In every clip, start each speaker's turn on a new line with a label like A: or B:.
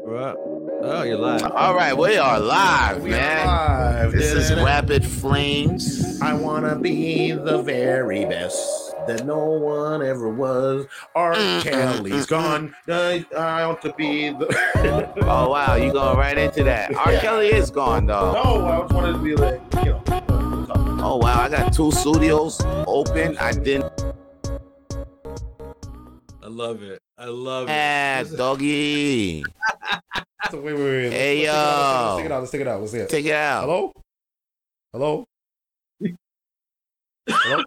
A: Right. Oh, you're live.
B: All right, we are live,
C: We
B: man.
C: are live.
B: This is
C: Da-da-da.
B: Rapid Flames.
C: I wanna be the very best that no one ever was. R.
B: Mm,
C: Kelly's
B: mm,
C: gone. I, I want to be the.
B: Oh wow, you going right into that. R. Kelly is gone though.
C: no, I just wanted to be like, you know.
B: Oh wow, I got two studios open. I didn't
A: I love it. I love it.
B: have doggy.
C: So wait, wait, wait.
B: Hey,
C: Let's
B: yo.
C: take it out. Let's take it out. Let's take it out. Let's
B: Take
C: take it out.
B: it out.
C: Hello? Hello? Hello?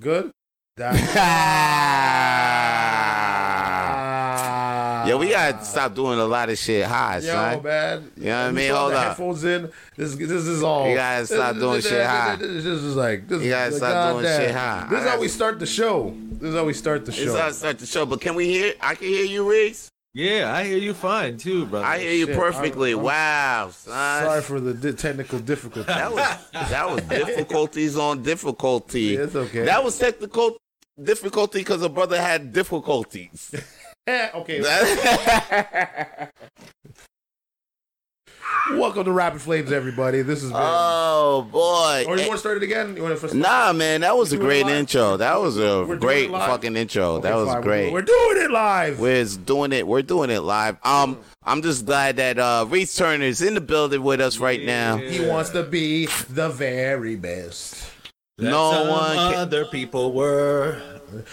C: Good? That- ah.
B: Yo, we gotta stop doing a lot of shit high,
C: Yo,
B: son.
C: man.
B: You know what I
C: We
B: mean?
C: still have
B: Hold
C: the
B: up.
C: Headphones in. This, this is all.
B: You gotta stop
C: this-
B: doing
C: this-
B: shit high.
C: This this is like. This,
B: You gotta
C: like,
B: stop doing
C: goddamn.
B: shit high.
C: This is
B: I
C: how we
B: got-
C: start the show. This is how we start the
B: It's
C: show.
B: us start the show, but can we hear? I can hear you, Riggs.
A: Yeah, I hear you fine too, brother.
B: I hear you
C: Oh, shit.
B: perfectly.
C: I'm- I'm
B: Wow, son.
C: Sorry for the di- technical difficulty.
B: That was that was difficulties on difficulty.
C: Yeah, it's okay.
B: That was technical difficulty because a brother had difficulties.
C: Eh, okay.
B: That-
C: Welcome to Rapid Flames, everybody. This has been.
B: oh
C: or you
B: boy.
C: want to start it again? You want to first?
B: Nah, man, that was a
C: We're doing
B: great
C: live.
B: intro. That was a
C: doing
B: great
C: live.
B: fucking intro.
C: Okay,
B: that was
C: fine.
B: great.
C: We're, we're doing it live.
B: We're just doing it. We're doing it live. Um, I'm just glad that uh, Reese Turner is in the building with us right now.
C: he wants to be the very best.
A: That
B: No
A: some
B: one ca-
A: other people were.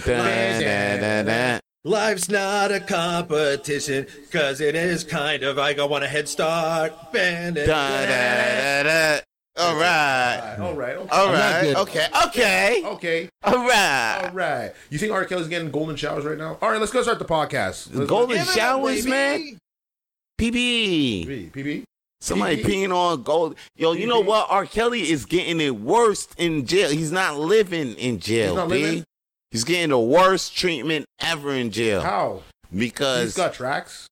B: Dun, dun, dun, dun.
A: Life's not a competition, cause it is kind of. I got want a head start. Band
B: Dun, dun, dun, dun. All right.
C: All right. Okay.
B: All
A: I'm not
B: right.
A: good.
B: Okay. Okay.
C: okay.
B: All right.
C: All right. You think R. Kelly's getting golden showers right now? All right, let's go start the podcast. Let's-
B: Golden showers, man. PB.
C: PB. PB.
B: Somebody
C: PB.
B: peeing on gold. Yo, you know
C: PB.
B: what? R. Kelly is getting it worst in jail. He's not living in jail.
C: He's not
B: B.
C: living?
B: He's getting the worst treatment ever in jail
C: How? He's
B: because
C: got tracks.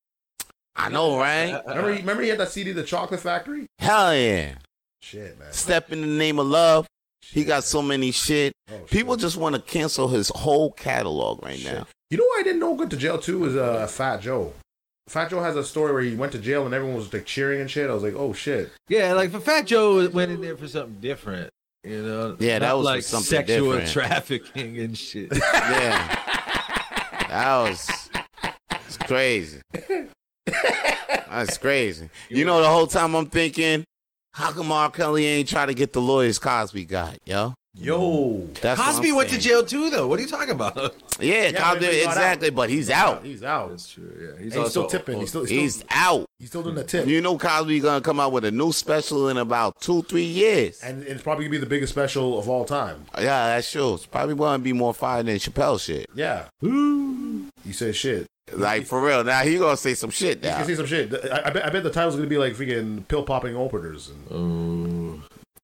B: I know, right?
C: Remember, he- remember he had that CD, The Chocolate Factory?
B: Hell yeah!
C: Shit, man.
B: Step in the name of love. He
C: Shit.
B: got so many shit.
C: Oh, shit.
B: People just want to cancel his whole catalog right
C: Shit.
B: now.
C: You know why I didn't know good to jail too was uh, Fat Joe. Fat Joe has a story where he went to jail and everyone was like cheering and shit. I was like, oh shit.
A: Yeah, like for Fat Joe went in there for something different. You know,
B: Yeah, that
A: Not
B: was for
A: like
B: something
A: sexual
B: different.
A: trafficking and shit.
B: Yeah, that was it's crazy. That's crazy. You know, the whole time I'm thinking, how come R. Kelly ain't try to get the lawyers Cosby got, yo?
C: Yo.
B: That's what
A: Cosby
B: I'm
A: went to jail
B: saying.
A: too, though. What are you talking about?
B: Yeah,
C: Yeah,
B: Cosby,
C: but he got out.
B: exactly, but he's out.
C: He's out. And
A: That's true. Yeah, he's,
C: He's, still tipping. He's still, he's,
B: He's
C: still,
B: out.
C: he's still doing the tip.
B: You know, Cosby gonna come out with a new special in about two, three years.
C: And it's probably going to be the biggest special of all time.
B: Yeah, that's true. It's probably gonna be more fire than Chappelle shit.
C: Yeah. You said shit.
B: Like for real. Now he gonna say some shit
C: You
B: now.
C: can see some shit. I, I, bet, I bet the title's gonna be like freaking pill popping openers. And,
A: Ooh.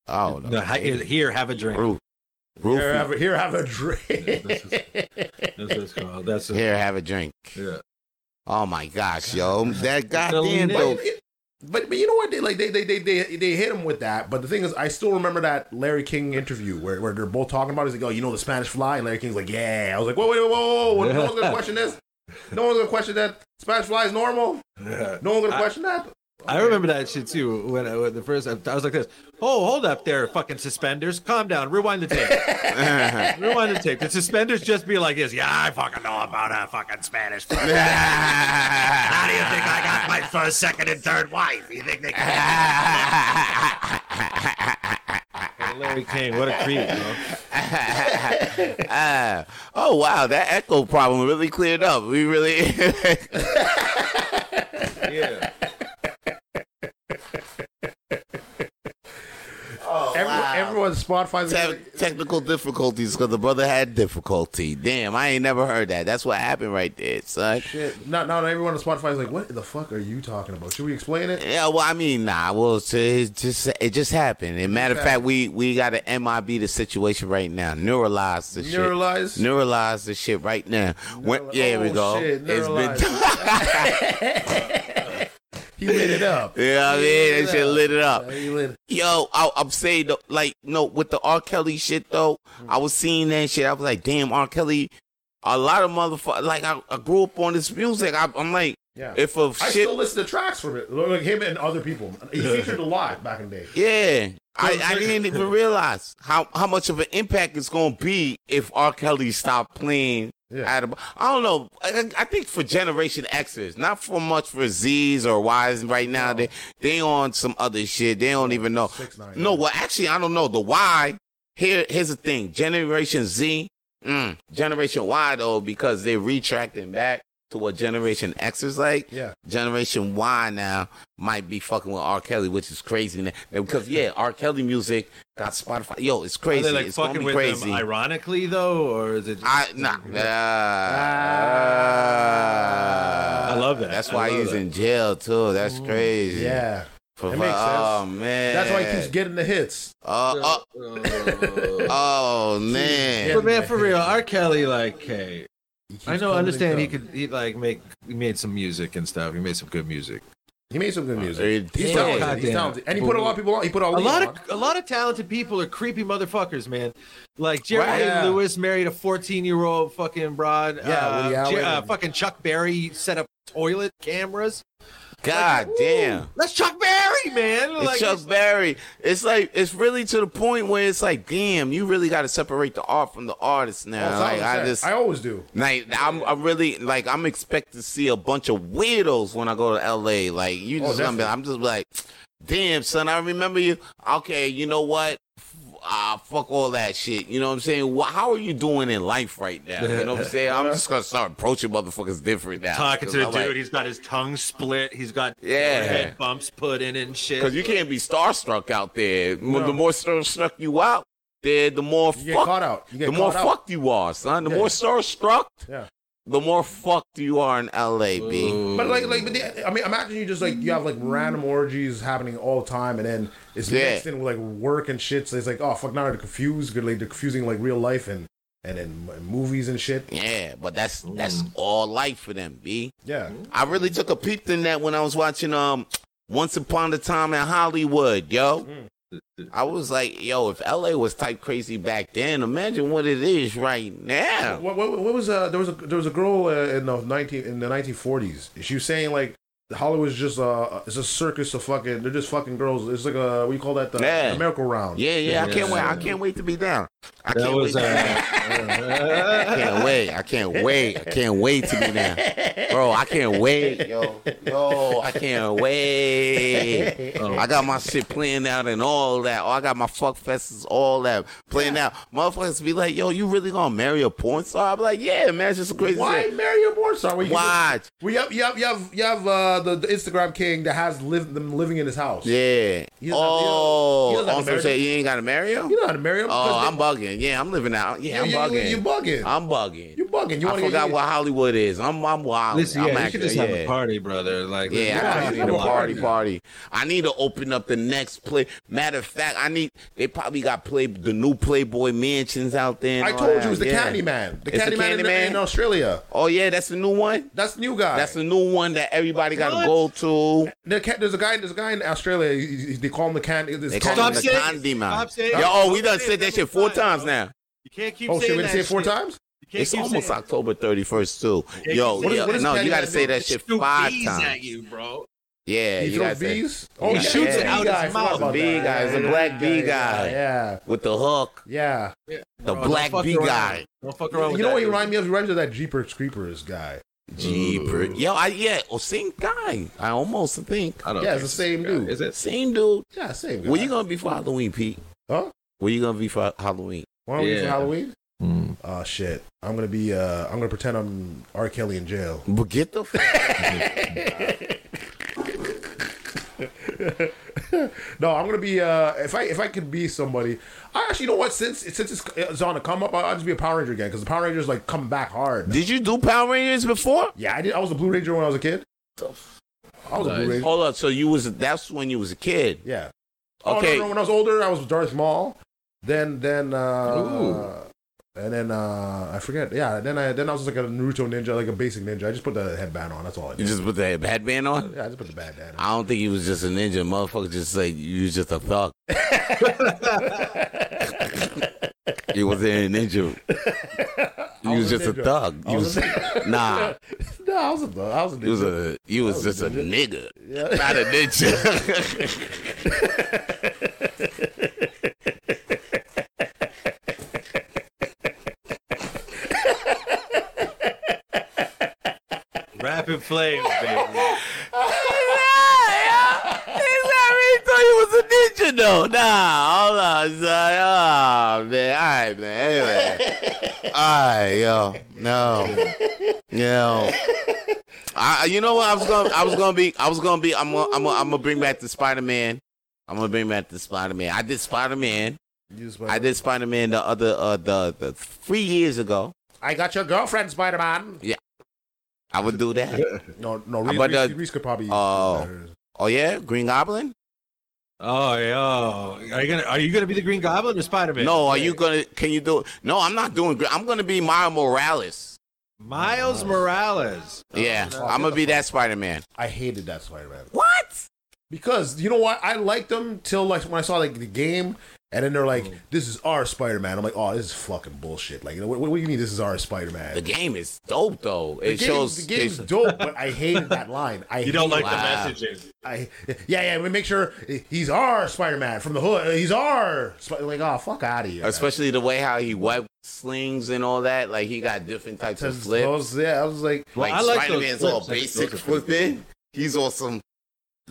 B: I don't know.
A: No, hi- here, have a drink.
B: Roof.
C: here,
B: Roof.
C: have, a- here, have a drink.
A: That's what it's called. That's it.
B: Here, have a drink.
A: Yeah.
B: Oh my gosh, yo, that
A: Delete
B: goddamn
A: it.
B: though.
C: but but you know what? They, like they, they they they they hit him with that. But the thing is, I still remember that Larry King interview where, where they're both talking about. It. He's like, "Oh, you know the Spanish Fly," and Larry King's like, "Yeah." I was like, "Whoa, wait, whoa, whoa, whoa! No one's gonna question this. No one's gonna question that. Spanish Fly is normal. No one's gonna question that."
A: I remember that shit too. When, I, when the first, I, was like this. Oh, hold up there, fucking suspenders. Calm down. Rewind the tape. Rewind the tape. The suspenders just be like this. Yeah, I fucking know about a fucking Spanish. fly. How do you think I got my first, second, and third wife? You think they can? Larry King, what a creep, bro.
B: Ah. oh wow, that echo problem really cleared up. We really
A: Yeah.
C: Everyone, Everyone's Spotify's
B: Te- technical difficulties because the brother had difficulty. Damn, I ain't never heard that. That's what happened right there, son.
C: shit. Not not everyone on Spotify is like, "What the fuck are you talking about?" Should we explain it?
B: Yeah, well, I mean, nah. Well, it's- it just it just happened. And matter of
C: Okay.
B: fact, we we got to MIB the situation right now. Neuralize the shit.
C: Neuralize.
B: Neuralize the shit right now. When,
C: Neurali-
B: yeah, here we
C: Oh,
B: go.
C: shit,
B: it's been.
C: he lit it up.
B: You know what I mean? That shit lit it up.
C: Yeah, he lit-
B: Yo, I, I'm saying, though, like, no, with the R. Kelly shit, though,
C: Mm-hmm.
B: I was seeing that shit. I was like, damn, R. Kelly, a lot of motherfuckers, like, I, I grew up on this music. I, I'm like,
C: Yeah.
B: If a
C: I
B: shit,
C: still listen to tracks from it, like him and other people. He featured a lot back in the day.
B: yeah, I, I didn't even realize how how much of an impact it's gonna be if R. Kelly stopped playing.
C: Yeah.
B: Out of, I don't know. I, I think for Generation X's, not for much for Z's or Y's right now. They they on some other shit. They don't even know.
C: Six, nine,
B: no, well, actually, I don't know the Y. Here, here's the thing. Generation Z, mm, Generation Y though, because they're retracting back to what Generation X is like.
C: Yeah.
B: Generation Y now might be fucking with R. Kelly, which is crazy now. Because yeah, R. Kelly music got Spotify. Yo, it's
A: Are
B: crazy.
A: they like
B: it's gonna
A: fucking
B: be
A: with
B: crazy.
A: them ironically though, or is it? Just,
B: I nah.
A: I
B: Uh,
A: love that.
B: that's
A: I
B: why
A: love
B: he's
A: that. Mm,
B: in jail too. That's crazy.
C: Yeah.
B: For,
C: It makes
B: Oh man.
C: That's why he keeps getting the hits.
B: Oh, oh, oh, man.
A: But man, for real, R. Kelly, like, hey,
C: He keeps
A: I know,
C: coming
A: understand
C: and
A: he
C: going.
A: could, he like make, he made some music and stuff. He made some good music.
C: He made some good music.
B: It
C: He's
B: Uh, did.
C: talented. He's
A: Goddamn.
C: talented, and he put a lot of people on. He put all
A: A lot
C: on.
A: of, a lot of talented people are creepy motherfuckers, man. Like Jerry
B: Right.
A: A.
C: Yeah.
A: Lewis married a 14 year old fucking broad.
C: Yeah, Woody
A: uh,
C: Allen.
A: Jer- uh, fucking Chuck Berry set up toilet cameras.
B: God damn.
A: That's Chuck Berry, man.
B: It's
A: Like,
B: Chuck Berry. It's like it's really to the point where it's like, damn, you really got to separate the art from the artist now.
C: Oh,
B: like I
C: Soundtrack.
B: just,
C: I always do.
B: like I'm, I'm really like I'm expecting to see a bunch of weirdos when I go to L.A. Like you
C: Oh,
B: just, gonna be-
C: definitely.
B: I'm just like, damn, son, I remember you. Okay, you know what? F- Ah, fuck all that shit. You know what I'm saying? Wh- How are you doing in life right now? You know what I'm saying? I'm
C: Uh-huh.
B: just gonna start approaching motherfuckers different now.
A: talking to the
B: I'm
A: dude.
B: like,
A: he's got his tongue split. He's got
B: Yeah.
A: head bumps put in and shit.
B: Because you can't be starstruck out there. M- The more starstruck you out there, the more
C: You get
B: fucked,
C: caught out. You get
B: the more
C: caught out.
B: fucked you are, son. The
C: Yeah.
B: more starstruck,
C: Yeah.
B: the more fucked you are in L.A. B.
A: Ooh.
C: But like, like, but the, I mean, imagine you just like you have like random orgies happening all the time, and then it's
B: Yeah.
C: mixed in with like work and shit. So it's like, oh fuck, now they're confused. Good, like they're confusing like real life and and then m- movies and shit.
B: Yeah, but that's that's all life for them, B.
C: Yeah,
B: I really took a peep in that when I was watching um Once Upon a Time in Hollywood, yo. I was like, yo, if LA was type crazy back then, imagine what it is right now.
C: What, what, what was uh, there was a there was a girl uh, in the nineteen in the nineteen forties. She was saying like Hollywood's just uh it's a circus of fucking they're just fucking girls. It's like a what do you call that the,
B: Yeah.
C: the miracle round.
B: Yeah, yeah, I can't
A: Yeah.
B: wait. I can't wait to be down. I
A: that
B: can't
A: was.
B: wait. to be down.
A: Uh,
B: I can't wait. I can't wait. I can't wait to be there. Bro, I can't wait, yo. Yo, I can't wait. I got my shit playing out and all that. Oh, I got my fuck fests, all that playing out. Motherfuckers be like, yo, you really gonna marry a porn star? I be like, yeah, man, it's just a crazy
C: Why
B: shit.
C: marry a porn star? We-
B: Watch.
C: We have you have you have you have uh, the, the Instagram king that has live, them living in his house.
B: Yeah.
C: He doesn't have- he doesn't- he
B: Oh,
C: doesn't have
B: on
C: to
B: some
C: marry
B: shit, you ain't gotta marry him?
C: You know how to marry him.
B: Oh, I'm bugging. Yeah, I'm living out. Yeah, I'm
C: you, you,
B: bugging.
C: you bugging.
B: I'm bugging.
C: you bugging. You
B: I
C: wanna
B: forgot
C: get,
B: what Hollywood is. I'm I'm wild.
A: Listen,
B: I'm
A: yeah, you could just have
B: yeah.
A: a party, brother. Like,
B: Yeah, I
C: Yeah, you
B: gotta
C: have
B: need a
C: a
B: party,
C: party.
B: party. I need to open up the next play. Matter of fact, I need. They probably got play the new Playboy mansions out there. and
C: I
B: all
C: told
B: that.
C: you it was the
B: yeah.
C: Candyman. The
B: It's the
C: Candyman in,
B: Candyman?
C: in Australia.
B: Oh yeah, that's the new one.
C: That's the new guy.
B: That's the new one that everybody got to
A: What?
B: go to.
C: The cat- there's a guy. There's a guy in Australia. he- he- they call him the candy. This
B: They call
A: Stop
B: him the
A: saying it.
B: Candyman.
A: Stop saying
B: Yo,
A: it.
B: oh, we done
A: Stop
B: said
A: saying
B: that
A: it.
B: shit four
A: Stop saying it.
B: times now.
A: you can't keep
C: oh
A: saying
C: shit! We
A: that
C: say it four
A: shit.
C: times.
A: You can't
B: It's
A: keep
B: almost
A: saying it.
B: October thirty first too.
A: Yeah,
B: Yo,
A: keep saying
B: yeah,
A: it. What is-
B: no,
C: what is
B: you got to
C: Candyman
B: say that
C: do?
B: shit
A: Shoot
B: five
A: bees
B: times.
A: at you, bro.
B: Yeah,
C: He
B: you
C: throws
B: got to
C: bees. Oh,
B: He
C: yeah,
A: shoots
C: yeah,
A: it out
C: bee
A: his
C: guy. I forgot
A: mouth.
C: about
B: Bee
C: that.
B: guy. It's a
C: Yeah,
B: black bee guy.
C: Yeah,
B: with the hook,
C: yeah.
B: the
A: Bro,
B: black
A: don't fuck
B: bee
A: around.
B: guy.
A: Don't fuck
C: yeah.
A: around. with
C: You know
A: that
C: what he
A: dude.
C: reminds me of? He reminds me of that Jeepers Creepers guy.
B: Jeepers. Yo, I yeah, oh, same guy. I almost think.
A: I don't
C: Yeah,
A: think
C: it's the same
A: this guy-
C: dude.
A: Is it?
B: Same dude.
C: Yeah, same. Guy.
B: Where you gonna be for Halloween, Pete?
C: Huh?
B: Where you gonna be for Halloween?
C: Why don't we do
A: Yeah.
C: for Halloween?
A: Hmm.
C: Oh shit! I'm gonna be. uh I'm gonna pretend I'm R. Kelly in jail.
B: But get the
C: No, I'm gonna be. uh If I if I could be somebody, I actually you know what? Since since it's, it's on a come up, I'll I'll just be a Power Ranger again because the Power Rangers like come back hard.
B: Did you do Power Rangers before?
C: Yeah, I did. I was a Blue Ranger when I was a kid. I was a
A: Nice.
C: Blue Ranger.
B: Hold up. So you was that's when you was a kid.
C: Yeah. Oh,
B: Okay.
C: no, no, when I was older, I was Darth Maul. Then, then, uh, and then uh, I forget. Yeah, then I then I was just like a Naruto ninja, like a basic ninja. I just put the headband on. That's all I
B: You
C: did.
B: just put the headband on.
C: Yeah, I just put the bad dad. On.
B: I don't think he was just a ninja, motherfucker. Just like you was just a thug. you wasn't a ninja. You was,
C: was a
B: just a
C: ninja.
B: thug. You
C: was
B: was,
C: a
B: nah.
C: no, I was a, I was a
B: You was
C: ninja.
B: a you was
C: That was
B: just a
C: good.
B: nigga,
C: Yeah.
B: not a ninja.
A: Rapid flames, baby.
B: I thought you was a ninja though. Nah, hold on, son. Oh man, all right, man. Anyway, all right, yo, no, yo. I, you know what? I was gonna, I was gonna be, I was gonna be. I'm, gonna, I'm, gonna, I'm gonna bring back the Spider Man. I'm gonna bring back the Spider Man. I did Spider Man.
C: You just went,
B: I did Spider Man the other, uh, the, the three years ago.
C: I got your girlfriend, Spider Man.
B: I would do that.
C: No, no, Reese,
B: about
C: Reese,
B: the-
C: Reese could probably.
B: Uh, Oh. Oh yeah, Green Goblin.
A: Oh, yo. Are you gonna Are you gonna be the Green Goblin or Spider Man?
B: No, are you gonna? Can you do? No, I'm not doing. Gre- I'm gonna be Miles Morales.
A: Miles Morales.
B: yeah,
C: no.
B: I'm gonna be that Spider Man.
C: I hated that Spider Man.
B: What?
C: Because you know what, I liked them till like when I saw like the game, and then they're like, "This is our Spider Man." I'm like, "Oh, this is fucking bullshit." Like, what, what do you mean this is our Spider
B: The
C: Man?
B: game is dope though.
C: The
B: It shows.
C: the game's
B: it's-
C: dope, but I hated that line. I
A: You don't
C: hate-
A: like
B: Wow.
A: the messaging.
C: I yeah yeah. We make sure he's our Spider Man from the hood. He's our Sp- like oh fuck out of here. man.
B: Especially the way how he web slings and all that. Like he got different types of
C: Cause I
B: flips.
C: was- yeah, I was like,
A: Well,
B: Like
A: I like
B: Spider
A: those
B: Man's
A: flips.
B: all
A: I think
B: basic
A: those are pretty
B: flipping. He's awesome.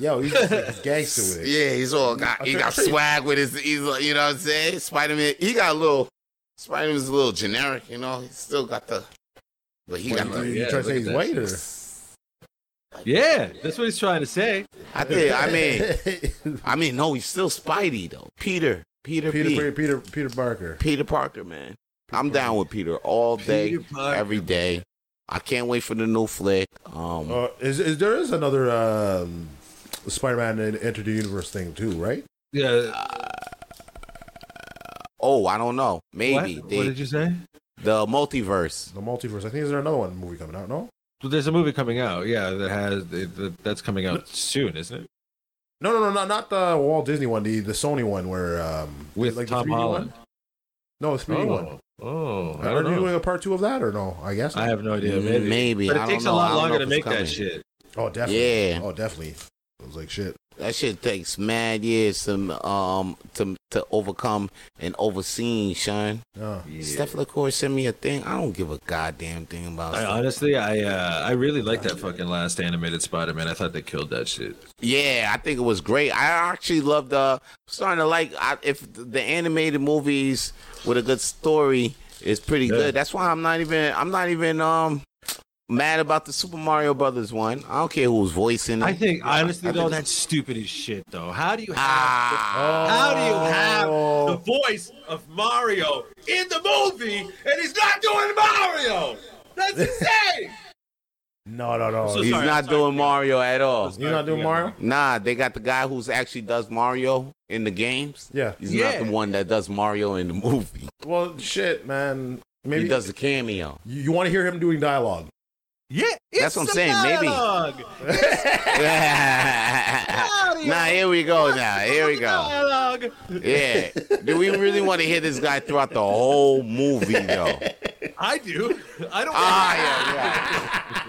C: yo, he's just like gangster with it.
B: Yeah, he's all got. He got swag with his. He's like, you know what I'm saying. Spider Man. He got a little. Spider Man's a little generic. You know. He still got the. But he
C: What,
B: got
C: you,
B: the.
C: you
A: yeah,
C: trying to
A: look
C: say
A: at
C: he's
A: that.
C: white or?
A: Yeah, that's what he's trying to say.
B: I think. I mean. I mean, no, he's still Spidey though. Peter, Peter, Peter,
C: Peter, Peter, Peter Parker.
B: Peter Parker, man. I'm down with Peter all day,
A: Peter Parker.
B: every day. I can't wait for the new flick. Um,
A: Oh.
C: Uh, is, is there is another um, Spider-Man in Enter the Universe thing too, right?
A: Yeah.
B: oh, I don't know.
A: What?
B: Maybe
A: what
B: They,
A: did you say?
B: the multiverse.
C: The multiverse. I think is there another one movie coming out? No,
A: Well, there's a movie coming out. Yeah, that has it- that- that's coming out soon, isn't it?
C: no, no, no, not not the Walt Disney one. The the Sony one where um
A: With
C: like the
A: Tom
C: 3D one?
A: Holland.
C: No, the 3D one.
A: Oh, I
C: Are
A: don't
C: you doing
A: know.
C: a part two of that or no? I guess.
A: I have no idea.
B: Mm, Maybe,
A: Maybe. But
B: I
A: it
B: don't
A: takes a
B: know. I
A: lot
B: don't know
A: longer to
B: if it's
A: make
B: coming.
A: that shit.
C: oh, definitely.
B: Yeah.
C: Oh, definitely. I was like, shit.
B: That shit takes mad years to um to to overcome and overseen, son.
C: Uh,
B: Steph LaCour sent me a thing. I don't give a goddamn thing about.
A: I
B: Steph.
A: honestly, I uh, I really like that fucking last animated Spider-Man. I thought they killed that shit.
B: Yeah, I think it was great. I actually loved the starting to like I, if the animated movies with a good story is pretty
A: Yeah.
B: good. That's why I'm not even I'm not even um mad about the Super Mario Brothers one. I don't care who's voicing it.
A: I think honestly
B: I
A: though,
B: think-
A: that's stupid as shit though. How do you have Oh.
B: ah,
A: how do you have the voice of Mario in the movie and he's not doing Mario? That's insane.
C: No, no,
A: So
C: no.
B: he's
A: sorry,
B: not
A: I'm sorry.
B: doing Mario at all.
C: You're not doing Mario?
B: Nah, they got the guy who's actually does Mario in the games.
C: Yeah.
B: He's
A: Yeah.
B: not the one that does Mario in the movie.
C: Well, shit, man.
B: He
C: Maybe
B: does the cameo.
C: you, you want to hear him doing dialogue.
A: Yeah,
B: That's what I'm saying, maybe.
A: maybe.
B: nah, here we
A: Oh,
B: go now. Here we go.
A: Dialogue.
B: Yeah. Do we really want to hear this guy throughout the whole movie, though?
A: I do. I don't.
B: Ah, yeah,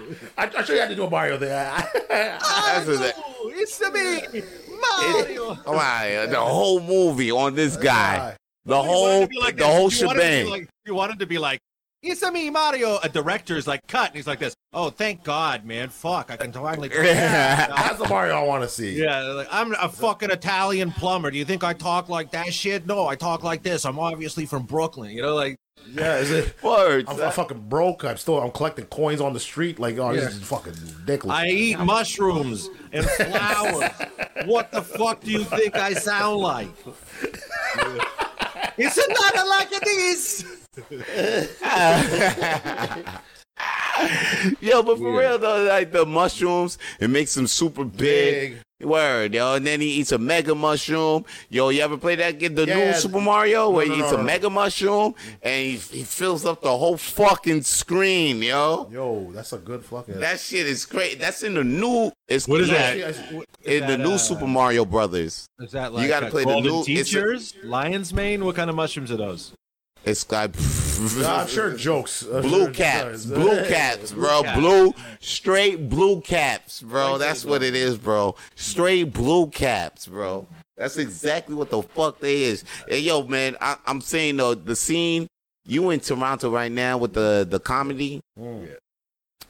B: yeah.
C: I, I sure you had to do a Mario thing.
B: That's what that-
A: It's me, Mario.
B: Come on, the whole movie on this guy. The
A: You wanted
B: whole,
A: to be like
B: the
A: this.
B: whole
A: You wanted to be
B: shebang.
A: like- You wanted to be like, it's a me, Mario. A director's like, cut. And he's like this. Oh, thank God, man. Fuck, I can finally.
C: That's the Mario I want to see.
A: Yeah, like, I'm a fucking Italian plumber. Do you think I talk like that shit? No, I talk like this. I'm obviously from Brooklyn. You know, like
C: Yeah, is it?
B: Words.
C: I'm, I'm fucking broke. I'm still. I'm collecting coins on the street. Like, oh, this is fucking ridiculous.
A: I eat mushrooms and flowers. what the fuck do you think I sound like? it's another like it is.
B: Yo, but for real though, like the mushrooms, it makes him super big. Word, yo, and then he eats a mega mushroom. Yo, you ever play that? Get the new
C: Yeah.
B: Super Mario where
C: No,
B: he
C: no,
B: eats
C: no,
B: a
C: no.
B: mega mushroom and he, he fills up the whole fucking screen, yo.
C: Yo, that's a good fucking.
B: That shit is great. That's in the new. It's
A: What is
B: yeah,
A: that?
C: Yeah, it's-
B: In the
A: that,
B: new
A: uh,
B: Super Mario Brothers,
A: Is that like
B: gotta
A: uh,
B: play the
A: golden
B: new- it's a-
A: teachers, lion's mane? What kind of mushrooms are those?
B: it's got
D: Nah, I'm sure jokes. I'm sure
B: Blue
D: it
B: caps,
D: does.
B: blue caps, bro.
A: caps.
B: Blue, straight blue caps, bro. That's what it is, bro. Straight blue caps, bro. That's exactly what the fuck they is. And yo, man, I, I'm saying though, the scene you in Toronto right now with the the comedy
D: Mm.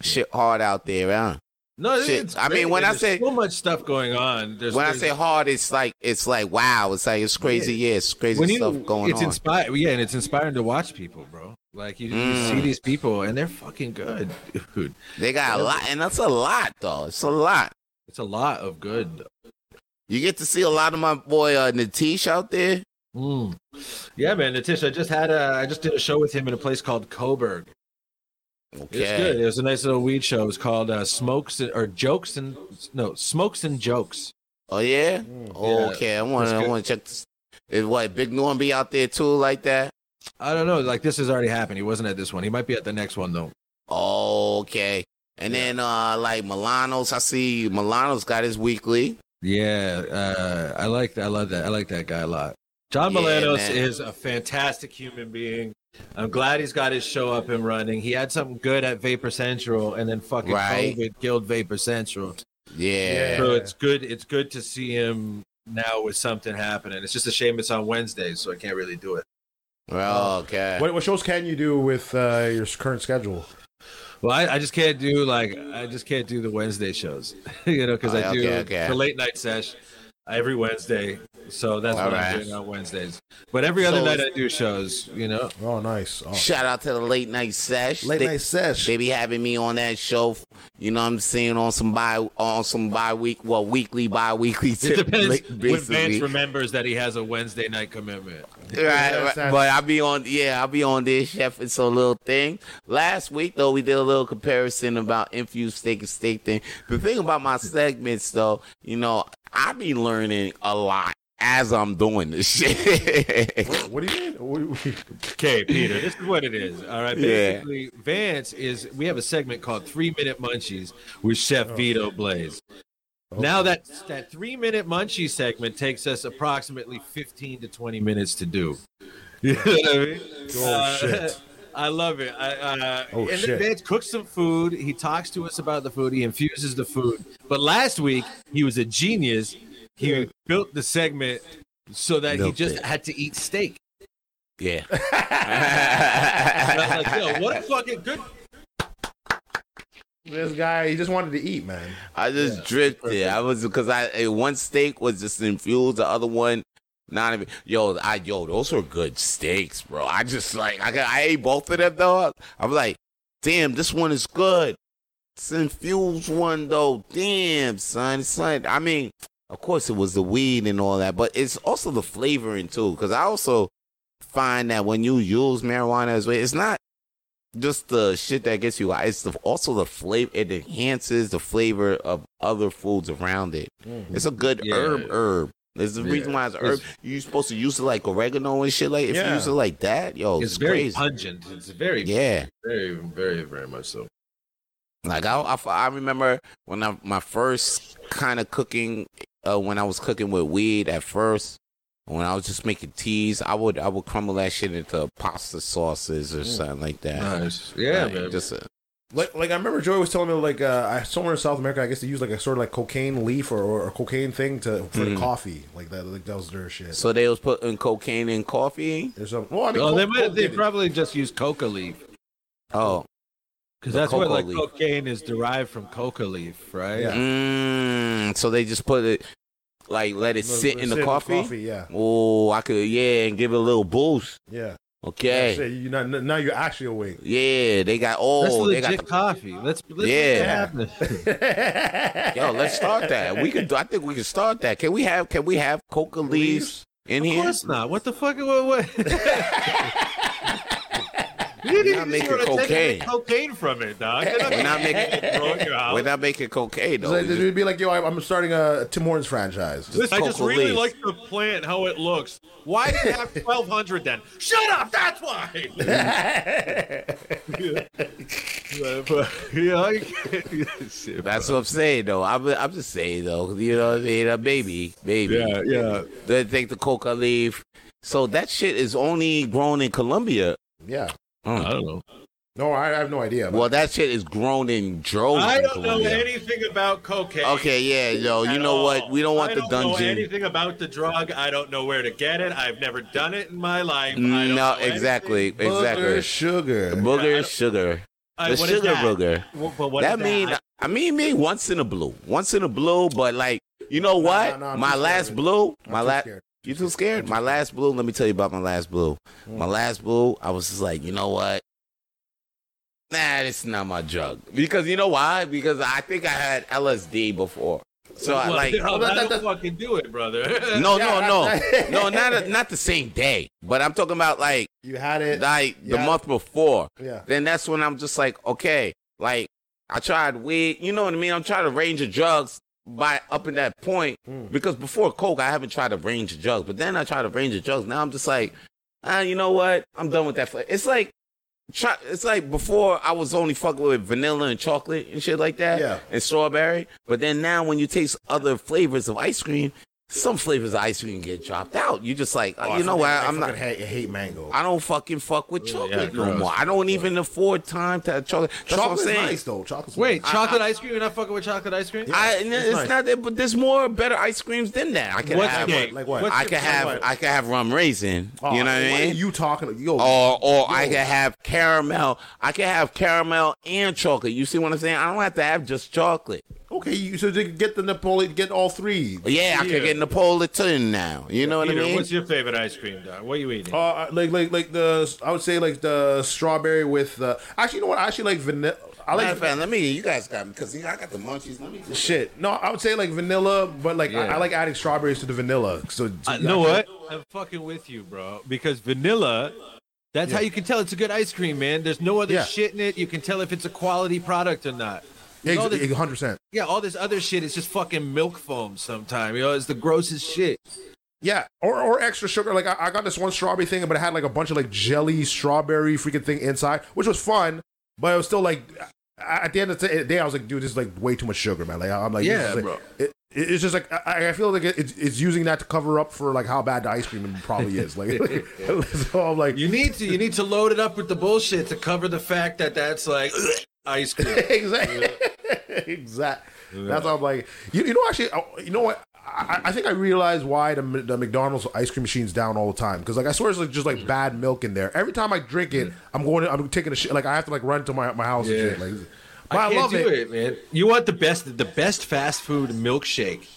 B: shit hard out there, huh?
A: No, it-
B: Shit.
A: it's
B: I mean,
A: great,
B: when
A: and
B: I
A: there's
B: say-
A: so much stuff going on, there's
B: When I
A: there's-
B: say hard, it's like it's like wow, it's like it's crazy. Yeah, it's crazy stuff going
A: it's
B: on.
A: inspiring yeah and it's inspiring to watch people bro like you, you
B: Mm.
A: see these people and they're fucking good dude
B: they got a lot, and that's a lot though. It's a lot.
A: it's a lot of good
B: You get to see a lot of my boy uh, Natish out there.
A: Mm. yeah man natish i just had a i just did a show with him in a place called coburg
B: Okay.
A: It's good it was a nice little weed show it was called uh, smokes and- or jokes and no smokes and jokes
B: Oh yeah.
A: Mm, Yeah,
B: Oh, okay, I want
A: that's
B: to. I
A: good.
B: want to check. This. Is what Big Norm be out there too like that?
A: i don't know like this has already happened he wasn't at this one he might be at the next one though
B: Oh, okay. And then uh like Milano's, I see Milano's got his weekly.
A: yeah uh, i like that i love that i like that guy a lot john
B: Yeah,
A: Milanos
B: man.
A: is a fantastic human being i'm glad he's got his show up and running he had something good at vapor central and then fucking
B: Right.
A: covid killed vapor central
B: Yeah.
A: so it's good it's good to see him now with something happening it's just a shame it's on wednesdays so i can't really do it
B: Well, okay.
D: What, what shows can you do with uh, your current schedule?
A: Well, I, I just can't do like I just can't do the Wednesday shows, you know, because
B: Oh,
A: I do
B: okay, okay.
A: the late night sesh every Wednesday. So that's what
B: Alright.
A: I'm doing on Wednesdays. But every other
B: So-
A: night I do shows, you know.
D: Oh, nice. Oh.
B: Shout out to the late night sesh.
D: Late
B: they,
D: night sesh.
B: They be having me on that show. You know what I'm saying on some bi on some bi week well weekly bi weekly.
A: It depends when Vance remembers that he has a Wednesday night commitment.
D: Yeah,
B: right, right.
D: that's-
B: But I'll be on, yeah, I'll be on this chef. It's a little thing. Last week though, we did a little comparison about infused steak and steak thing. The thing about my segments though, you know, I be learning a lot as I'm doing this shit.
D: What do you mean? What- what-
A: Okay, Peter, this is what it is. All right,
B: Yeah.
A: basically, Vance is. We have a segment called Three Minute Munchies with Chef
D: Oh.
A: Vito Blaze. Now that that three minute munchie segment takes us approximately fifteen to twenty minutes to do. You know what I mean? Uh,
D: Oh, shit.
A: I love it. I, uh,
D: Oh,
A: and
D: shit.
A: then Vance cooks some food. He talks to us about the food. He infuses the food. But last week he was a genius. He built the segment so that he
B: Milked
A: just
B: it.
A: had to eat steak.
B: yeah.
A: And I was like, yo, what a fucking good.
D: This guy, he just wanted to eat, man.
B: I just drifted. I was because I eh, one steak was just infused, the other one not even. Yo, I yo, those were good steaks, bro. I just like I got- I ate both of them though. I'm like, damn, this one is good. It's infused one though. Damn, son, son. I mean, of course it was the weed and all that, but it's also the flavoring too. Because I also find that when you use marijuana as well, it's not just the shit that gets you high. It's the, also the flavor. It enhances the flavor of other foods around it. It's a good
A: Mm-hmm. Yeah.
B: herb. Herb. There's the
A: Yeah.
B: reason why it's a herb. You're supposed to use it like oregano and shit. Like if you
D: Yeah.
B: use it like that, yo,
A: It's,
B: it's,
A: very
B: crazy.
A: pungent. It's very,
B: Yeah.
A: very, very, very much so.
B: Like I, I, I remember when I my first kind of cooking, uh, when I was cooking with weed at first, when I was just making teas, I would I would crumble that shit into pasta sauces or something like that.
A: Nice. Yeah,
B: Like,
A: man.
B: Just a,
D: Like, like I remember Joy was telling me like uh, I- somewhere in South America, I guess they use like a sort of like cocaine leaf or, or a cocaine thing to for the coffee, like that. Like that was their shit.
B: so they was putting cocaine in coffee.
D: There's some. Well, I mean,
A: oh, they
D: Coke-
A: might.
D: Coke
A: They
D: did it.
A: probably just use coca leaf
B: Oh,
A: because
B: The
A: that's where
B: coca
A: like
B: leaf.
A: cocaine is derived from coca leaf, right?
D: Yeah.
B: mm, so they just put it like let it
D: Let-
B: sit
D: let
B: in
D: it
B: the coffee.
D: Yeah,
B: Oh, I could yeah, and give it a little boost.
D: yeah.
B: Okay,
D: Shit, you not, now you're actually awake.
B: yeah, they got
A: That's
B: all. Oh,
A: legit
B: they got the
A: coffee. Let's, let's
B: Yeah.
A: make it happen.
B: Yo, let's start that. We could. do- I think we can start that. Can we have? Can we have coca leaves in
A: of
B: here?
A: course not. What the fuck? What? what? you
B: We're
A: didn't
B: not
A: even
B: making
A: wanna take any
B: cocaine.
A: cocaine from it, dog. They're not
B: We're not making.
A: gonna grow in your house.
B: We're not making cocaine though.
D: It's like- it'd be like, yo, I'm I'm starting a Tim Hortons franchise.
A: Listen, I just
B: coca
A: really
B: leaves.
A: like the plant, how it looks. Why did it have 1,200 then? Shut up, that's why! yeah, I- Shit.
B: That's what I'm saying though. I'm, I'm just saying though. You know what I mean? Uh, A baby, baby.
A: yeah, yeah.
B: They take the coca leaf. So that shit is only grown in Colombia.
D: Yeah,
A: I don't know.
C: No, I, I have no idea. But
B: Well, that shit is grown in droves.
A: I
B: in
A: don't know
B: Colombia.
A: anything about cocaine.
B: Okay, yeah, yo, you
A: at
B: know what?
A: all.
B: We don't want
A: I
B: the
A: don't Know
B: dungeon.
A: anything about the drug? I don't know where to get it. I've never done it in my life. I don't
B: No,
A: know
B: exactly,
A: anything.
C: Booger
B: exactly.
C: sugar.
B: Booger
A: Yeah, I don't-
B: sugar,
A: I-
B: the
A: what is
B: sugar
A: that?
B: booger.
A: Wh- But what
B: that
A: is
B: mean uh, I mean me once in a blue, once in a blue. But like, you know what?
C: nah, nah, I'm
B: my
C: too
B: last
C: scared.
B: blue,
C: I'm
B: my
C: too
B: last.
C: scared. Hmm.
B: You too scared? My last blue. Let me tell you about my last blue. My last blue. I was just like, you know what? Nah, it's not my drug. Because you know why? Because I think I had LSD before. So I
A: Well,
B: like.
A: no,
C: that-
A: I
C: that-
A: don't fucking do it, brother.
B: No,
C: Yeah,
B: no, no,
C: that's-
B: no, not not the same day. But I'm talking about like
C: You had it.
B: like the
C: yeah.
B: month before.
C: yeah.
B: Then that's when I'm just like, okay, like I tried weed. You know what I mean? I'm trying to range of drugs by up in that point
C: Mm.
B: because before coke, I haven't tried a range of drugs. But then I tried a range of drugs. Now I'm just like, ah, you know what? I'm done with that. fla- It's like. Try, it's like before I was only fucking with vanilla and chocolate and shit like that,
C: Yeah.
B: and strawberry. But then now, when you taste other flavors of ice cream, some flavors of ice cream get dropped out. You just like,
C: Oh, I
B: Uh, you know
C: fucking-
B: what?
C: I
B: I'm not.
C: fucking Hate, I hate mango.
B: I don't fucking fuck with chocolate no
A: gross.
B: more. I don't even afford time to have chocolate. That's what I'm
C: Chocolate's
B: saying.
C: nice though. Chocolate's
A: Wait,
C: nice.
A: chocolate ice cream? You're not fucking with chocolate ice cream?
B: I,
C: it's
B: it's,
C: nice.
B: not that, but there's more better ice creams than that. I can
A: What's
B: have.
A: okay,
C: like what?
A: what's
B: I
A: your-
B: can have.
A: like what?
B: I can have rum raisin.
C: Oh,
B: you know what
C: why
B: I
C: are
B: mean? Oh.
C: You talking? Yo,
B: or or I can have caramel. I can have caramel and chocolate. You see what I'm saying? I don't have to have just chocolate.
C: okay. You should get the Napoleon. Get all three.
B: Yeah, I
A: Yeah.
B: can get Napolitan now. You know what
A: Peter,
B: I mean?
A: What's your favorite ice cream, dog? What are you eating?
C: Uh, like like like the I would say like the strawberry with uh, actually you know what I actually like vanilla. I
B: Matter
C: like
B: of fact, let me. You guys got because I got the munchies. Let me.
C: shit. No, I would say like vanilla, but like I,
A: Yeah.
C: I like adding strawberries to the vanilla. So so
A: Uh, you know what? I'm fucking with you, bro. Because vanilla, that's how you can tell it's a good ice cream, man. There's no other
C: Yeah.
A: shit in it. You can tell if it's a quality product or not.
C: Yeah,
A: All this-
C: One hundred percent.
A: yeah, all this other shit is just fucking milk foam sometime. You know, it's the grossest shit.
C: Yeah, or or extra sugar. Like I, I got this one strawberry thing, but it had like a bunch of like jelly strawberry freaking thing inside, which was fun, but it was still like I- at the end of the t- day, I was like, dude, this is like way too much sugar, man. Like I'm like, this
A: Yeah,
C: is, like-
A: bro.
C: It, it- it's just like I, I feel like it, it's, it's using that to cover up for like how bad the ice cream probably is. Like, so I'm like,
A: You need to you need to load it up with the bullshit to cover the fact that that's like ice cream.
C: exactly. exactly. That's how I'm like, you, you know, actually, uh, you know what? I, I think I realized why the, M- the McDonald's ice cream machine's down all the time because like I swear it's like just like bad milk in there. Every time I drink it, I'm going. I'm taking a shit. Like I have to like run to my, my house
A: Yeah.
C: and shit. Like, but I,
A: I can't
C: love
A: do
C: it.
A: it. man. You want the best the best fast food milkshake.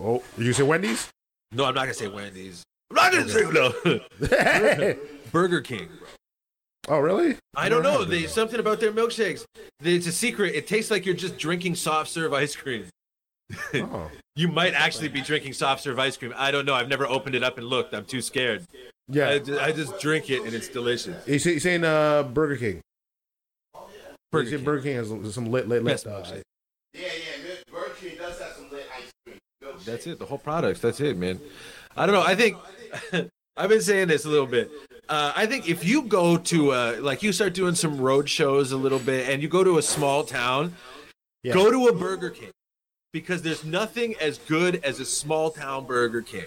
C: Oh, you say Wendy's?
A: No, I'm not gonna say Wendy's. I'm not gonna say no. Burger King.
C: oh, really?
A: I don't know. There's something about their milkshakes. It's a secret. It tastes like you're just drinking soft serve ice cream.
C: Oh.
A: You might actually be drinking soft serve ice cream. I don't know. I've never opened it up and looked. I'm too scared. I
C: Yeah.
A: ju- I just, drink it and it's delicious.
C: You say, you saying uh, Burger King?
A: Burger
C: you say
A: King.
C: Burger King has some lit lit lit.
A: Best
C: Uh,
A: milkshake.
B: Yeah, yeah. Burger King does have some lit ice cream.
A: That's it. The whole products. That's it, man. I don't know. I think I've been saying this a little bit. Uh, I think if you go to uh, like you start doing some road shows a little bit, and you go to a small town,
C: Yeah.
A: go to a Burger King because there's nothing as good as a small town Burger King.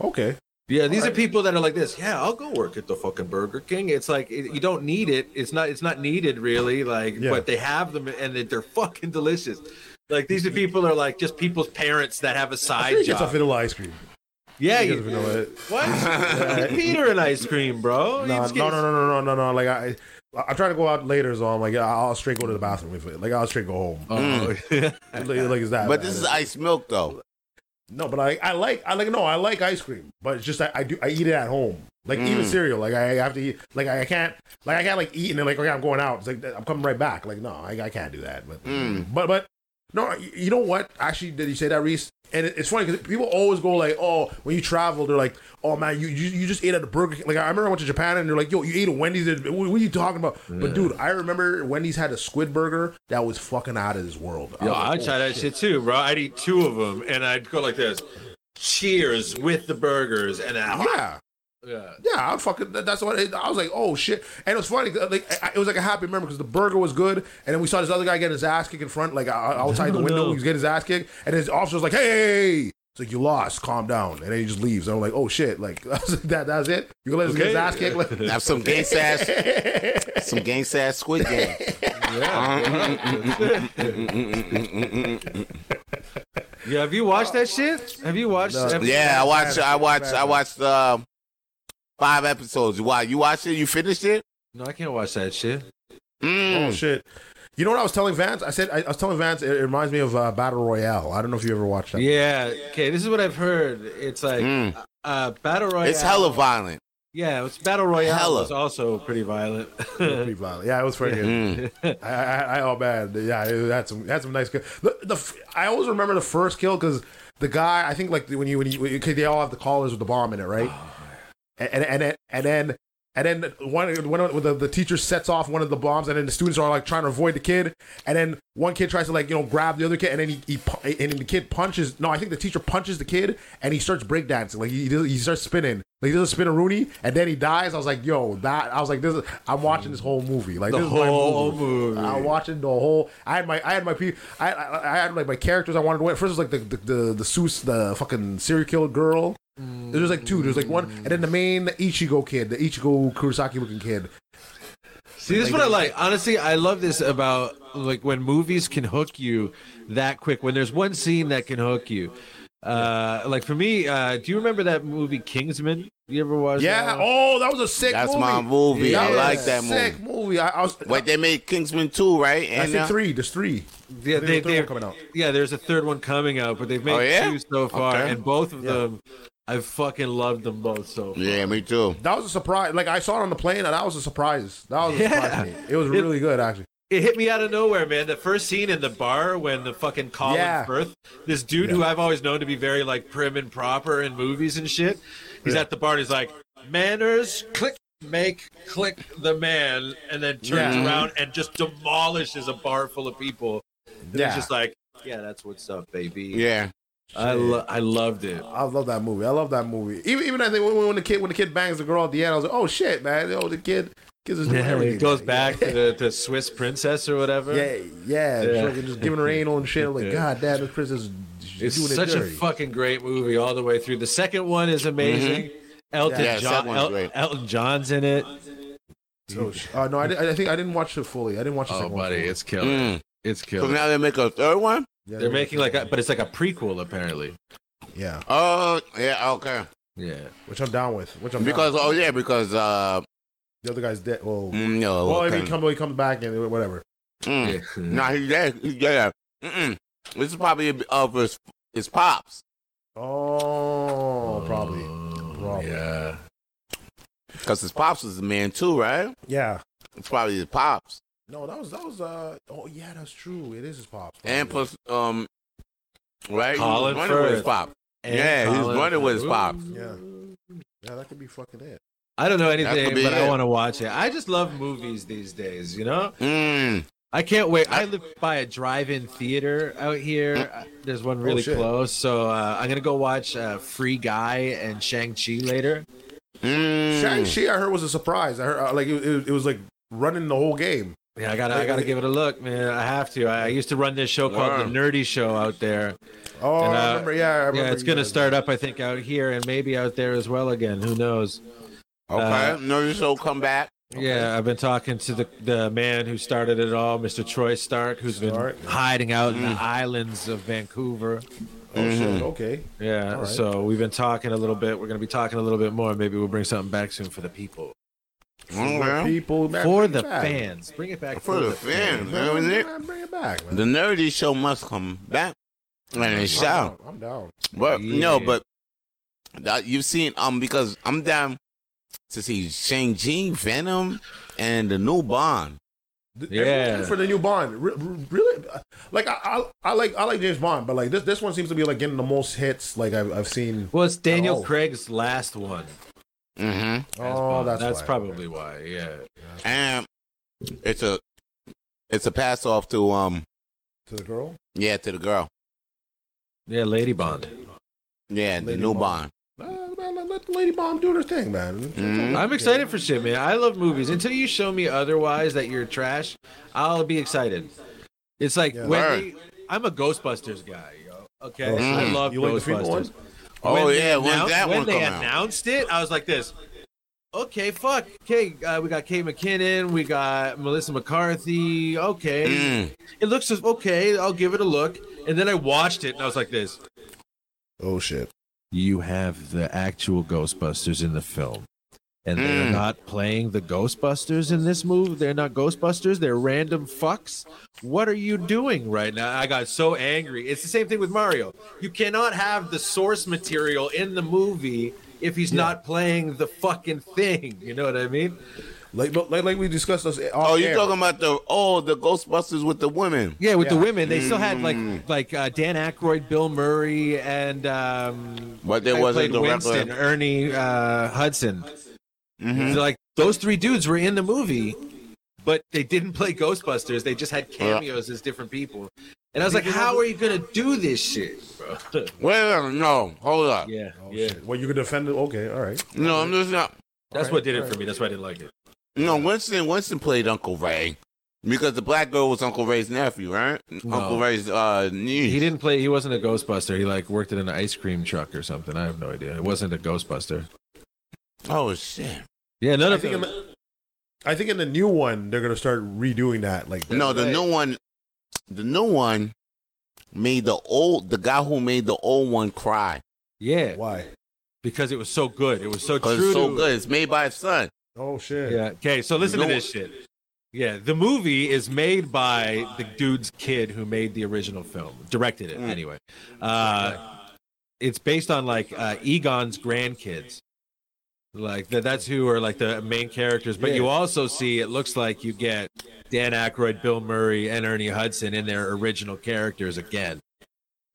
C: okay.
A: Yeah, these
C: Alright.
A: are people that are like this. Yeah, I'll go work at the fucking Burger King. It's like it, you don't need it. It's not. It's not needed really. Like,
C: Yeah.
A: but they have them and they- they're fucking delicious. Like these are people are like just people's parents that have a
C: I
A: side
C: think it's a
A: job.
C: vanilla ice cream.
A: yeah,
C: You
A: you,
C: guys vanilla.
A: what? Peter and ice cream, bro.
C: No,
A: You
C: no,
A: just
C: no,
A: get-
C: no, no, no, no, no. Like I, I I try to go out later, so I'm like, yeah, I'll straight go to the bathroom with it. Like I'll straight go home.
A: Mm.
C: Like, like it's that.
B: But
C: bad.
B: this is iced milk though.
C: no, but I, I like, I like, no, I like ice cream, but it's just I, I do, I eat it at home. Like even cereal, like I have to eat, like I can't, like I can't like eat and then like okay, I'm going out. It's like I'm coming right back. Like no, I, I can't do that. But but but no, y- you know what? Actually, did you say that, Reese? And it- it's funny because people always go like, "Oh, when you travel, they're like, oh man, you, you you just ate at a Burger King." Like I remember I went to Japan and they're like, "Yo, you ate at Wendy's? What, what are you talking about?" But dude, I remember Wendy's had a squid burger that was fucking out of this world. I
A: Yo,
C: was like,
A: I'd
C: "Oh,
A: try that shit too, bro. I'd eat two of them and I'd go like this. Cheers with the burgers and then,
C: Oh, Yeah.
A: yeah.
C: Yeah, I fucking. that- That's what it, I was like. Oh shit! And it was funny. 'cause, Like I- it was like a happy memory because the burger was good, and then we saw this other guy get his ass kicked in front, like o- outside the
A: No,
C: window.
A: no.
C: He was getting his ass kicked, and his officer was like, "Hey, It's like you lost. Calm down, and then he just leaves. I'm like, oh shit, like that. That's it. You gonna let us get
A: Okay.
C: his ass kicked? Like,
B: Now some gangsta ass, some gangsta ass squid game. Mm-hmm.
A: Yeah, have you watched that shit? Have you watched?
C: No.
A: have you-
B: Yeah, I watched. I watched. I watched uh, five episodes. Why you watched it? You finished it?
A: No, I can't watch that shit.
B: Mm.
C: oh shit. You know what I was telling Vance? I said I, I was telling Vance it, it reminds me of uh, Battle Royale. I don't know if you ever watched that.
A: Yeah. Okay, this is what I've heard. It's like
B: Mm.
A: uh, battle royale.
B: It's hella violent.
A: Yeah, it's battle royale.
B: Hella.
A: It's also pretty violent.
C: It was pretty violent. Yeah, it was pretty good.
B: Mm.
C: I, I, I, oh man, yeah, it had some had some nice. Kill. The, the f- I always remember the first kill because the guy, I think, like when you when you because they all have the collars with the bomb in it, right? And and and then and then. And then one, one of the, the teacher sets off one of the bombs, and then the students are like trying to avoid the kid. And then one kid tries to like you know grab the other kid, and then he, he pu- and then the kid punches. No, I think the teacher punches the kid, and he starts breakdancing. Like he does, he starts spinning. Like he does a spin a Rooney, and then he dies. I was like, yo, that. I was like, this. Is, I'm watching this whole movie. Like
A: The
C: this
A: whole
C: is my movie.
A: movie.
C: I watching the whole. I had my I had my pe- I, I I had like my characters I wanted to win. First was like the the the, the Seuss the fucking serial killer girl. There was like two. There was like one, and then the main Ichigo kid, the Ichigo Kurosaki looking kid.
A: See, this is what I like. Honestly, I love this about like when movies can hook you that quick. When there's one scene that can hook you. Uh, like for me, uh, do you remember that movie Kingsman? You ever watched?
C: Yeah.
A: that one?
C: Oh, that was a sick.
B: That's
C: movie.
B: my movie.
C: That
B: I
C: was
B: like
C: a
B: that
C: sick
B: movie.
C: movie. I, I was.
B: Wait, they made Kingsman two, right?
C: I
B: And
C: think
B: uh,
C: three. There's three.
A: yeah,
C: There's
A: they,
C: a third
A: they,
C: one coming out.
A: Yeah, there's a third one coming out, but they've made
B: Oh, yeah?
A: two so far,
B: Okay.
A: and both of them, I fucking loved them both so. far.
B: Yeah, me too.
C: That was a surprise. Like I saw it on the plane, and that was a surprise. That was a
A: Yeah.
C: surprise. to me. It was really good, actually.
A: It hit me out of nowhere, man. The first scene in the bar when the fucking Colin
C: Yeah.
A: Firth, this dude who I've always known to be very like prim and proper in movies and shit, he's at the bar and he's like, "Manners, click, make, click the man," and then turns
B: Yeah.
A: around and just demolishes a bar full of people. And
C: Yeah.
A: It's just like, yeah, that's what's up, baby.
B: Yeah.
A: I lo- I loved it.
C: I love that movie. I love that movie. Even even I think when, when the kid when the kid bangs the girl at the end, I was like, oh shit, man! Oh, the kid kids is doing
A: Yeah,
C: everything.
A: it goes
C: man.
A: back to the, the Swiss princess or whatever.
C: Yeah, yeah,
A: Yeah.
C: Fucking just giving her anal and shit. I'm like,
A: Yeah.
C: god damn, this princess is
A: It's
C: doing
A: such
C: it
A: a
C: dirty.
A: fucking great movie all the way through. The second one is amazing. Elton,
B: Yeah,
A: John,
B: second one's
A: El-
B: great.
A: Elton John's in it.
C: So sh- uh, no, I, di- I think I didn't watch it fully. I didn't watch the
A: Oh,
C: second
A: buddy,
C: one.
A: it's killer.
B: Mm.
A: It's
B: So
A: killer.
B: now they make a third one.
C: Yeah,
A: They're making like, a, but it's like a prequel apparently.
C: yeah,
B: Oh yeah, okay.
A: Yeah.
C: which I'm down with. Which I'm down.
B: Because oh yeah, because uh,
C: with. the other guy's dead. Well,
B: mm, no,
C: well, if
B: okay.
C: he comes, he comes back and whatever.
B: Mm.
A: Yeah.
B: Nah, he's dead. He's dead. Mm-mm. This is probably of his, his pops.
C: Oh, probably,
A: Uh.
C: probably.
A: Yeah.
C: Yeah.
B: Because his pops was a man too, right? It's probably his pops.
C: No, that was that was. uh Oh yeah, that's true. It is his pops.
B: And
C: probably.
B: plus, um, right?
A: Colin
B: he was running with his
A: Firth.
B: pops.
A: And
B: Yeah, he's
A: Colin-
B: running with his pops.
C: Yeah. yeah, that could be fucking it.
A: I don't know
B: That
A: anything,
B: could be
A: but I
B: it.
A: want to watch it. I just love movies these days, you know?
B: Mm.
A: I can't wait. I live by a drive-in theater out here. Uh, There's one really
C: Oh, shit.
A: close, so uh, I'm gonna go watch uh, Free Guy and Shang Chi later.
B: Mm.
A: Hmm.
C: Shang Chi, I heard was a surprise. I heard uh, like it, it, it was like running the whole game.
A: Yeah, I gotta, I gotta give it a look, man. I have to. I, I used to run this show called
B: Wow.
A: The Nerdy Show out there.
C: Oh,
A: And,
C: I
A: uh,
C: remember. Yeah, I remember
A: Yeah, it's
C: you
A: gonna
C: guys.
A: start up, I think, out here and maybe out there as well again. Who knows?
B: Okay.
A: Uh,
B: no, this will come back.
A: Yeah, I've been talking to the the man who started it all, Mr. Troy Stark, who's been
C: Stark. Mm.
A: hiding out in the islands of Vancouver.
C: Oh
A: Mm-hmm.
C: shit! Okay.
A: Yeah,
C: All right.
A: so we've been talking a little bit. We're going to be talking a little bit more. Maybe we'll bring something back soon for the people.
B: Okay.
C: People man,
A: For
C: bring it
A: the
C: back.
A: fans. Bring it back
B: For the fans, man.
C: Man,
B: When it-
C: man, bring it back, man.
B: The nerdy show must come back. And it
C: I'm
B: shall.
C: down. I'm down.
B: But no,
A: Yeah.
B: but that you've seen um because I'm down to see Shang Chi, Venom, and the new Bond.
C: Th-
A: Yeah.
C: everything for the new Bond. Re- re- really, uh, like I, I, I like I like James Bond, but like this this one seems to be like getting the most hits. Like I've, I've seen.
A: Well, it's Daniel
C: Oh.
A: Craig's last one.
B: Mm-hmm.
A: as
C: Oh,
A: Bond.
C: that's why.
A: probably why. Yeah.
B: And it's a it's a pass off to um
C: to the girl.
B: yeah to the girl
A: Yeah, Lady Bond.
B: yeah the
C: Lady
B: new Bond.
C: Bond. Nah, man, let, let the lady bomb do her thing, man.
B: Mhm.
A: I'm excited for shit, man. I love movies. Until you show me otherwise that you're trash, I'll be excited. It's like
C: Yeah.
A: when
B: Word.
A: they- I'm a Ghostbusters guy. Yo. Okay, I
B: Mm.
A: love
C: You like the female
A: Ghostbusters.
C: one?
B: Oh
A: they
B: yeah, when
A: announced-
B: that
A: when
B: one
A: they
B: come out.
A: announced it, I was like this. Okay, fuck. Okay, uh, we got Kate McKinnon, we got Melissa McCarthy. Okay,
B: Mm.
A: it looks just okay. I'll give it a look. And then I watched it, and I was like this.
C: Oh shit.
A: You have the actual Ghostbusters in the film. And they're
B: Mm.
A: not playing the Ghostbusters in this movie. They're not Ghostbusters. They're random fucks. What are you doing right now? I got so angry. It's the same thing with Mario. You cannot have the source material in the movie if he's not playing the fucking thing. You know what I mean?
C: Like, but like, like we discussed us.
B: Oh, you talking about the oh the Ghostbusters with the women?
A: Yeah, with the
C: Yeah.
A: women, they still had like like uh, Dan Aykroyd, Bill Murray, and um,
B: But there
A: guy who
B: wasn't
A: played
B: the
A: Winston,
B: regular.
A: Ernie uh, Hudson. They're
B: Mhm.
A: like those three dudes were in the movie, but they didn't play Ghostbusters. They just had cameos as different people. And I was like, how are you gonna do this shit, bro? Oh,
B: Wait, a minute, no, hold up.
A: yeah, yeah.
C: Yeah. Well, you can defend it. Okay, all right.
B: No, I'm just not.
A: That's what did it for me. That's why I didn't like it.
B: No, Winston. Winston played Uncle Ray because the black girl was Uncle Ray's nephew, right? Uncle Ray's uh niece.
A: He didn't play. He wasn't a Ghostbuster. He like worked in an ice cream truck or something. I have no idea. It wasn't a Ghostbuster.
B: Oh shit!
A: Yeah, none
C: I
A: of
C: think,
A: them.
C: in the, I think in the new one they're gonna start redoing that. Like,
B: No, the
A: right.
B: new one. The new one made the old the guy who made the old one cry
A: Yeah,
C: why?
A: because it was so good. It was so
B: because
A: true.
B: it's so
A: to-
B: good. It's made by his son.
C: Oh shit.
A: Yeah. Okay. So listen
B: No-
A: to this shit. Yeah, the movie is made by the dude's kid who made the original film, directed
B: Mm.
A: it anyway. Uh, it's based on like uh, Egon's grandkids. Like th- that's who are like the main characters. But you also see it looks like you get Dan Aykroyd, Bill Murray, and Ernie Hudson in their original characters again.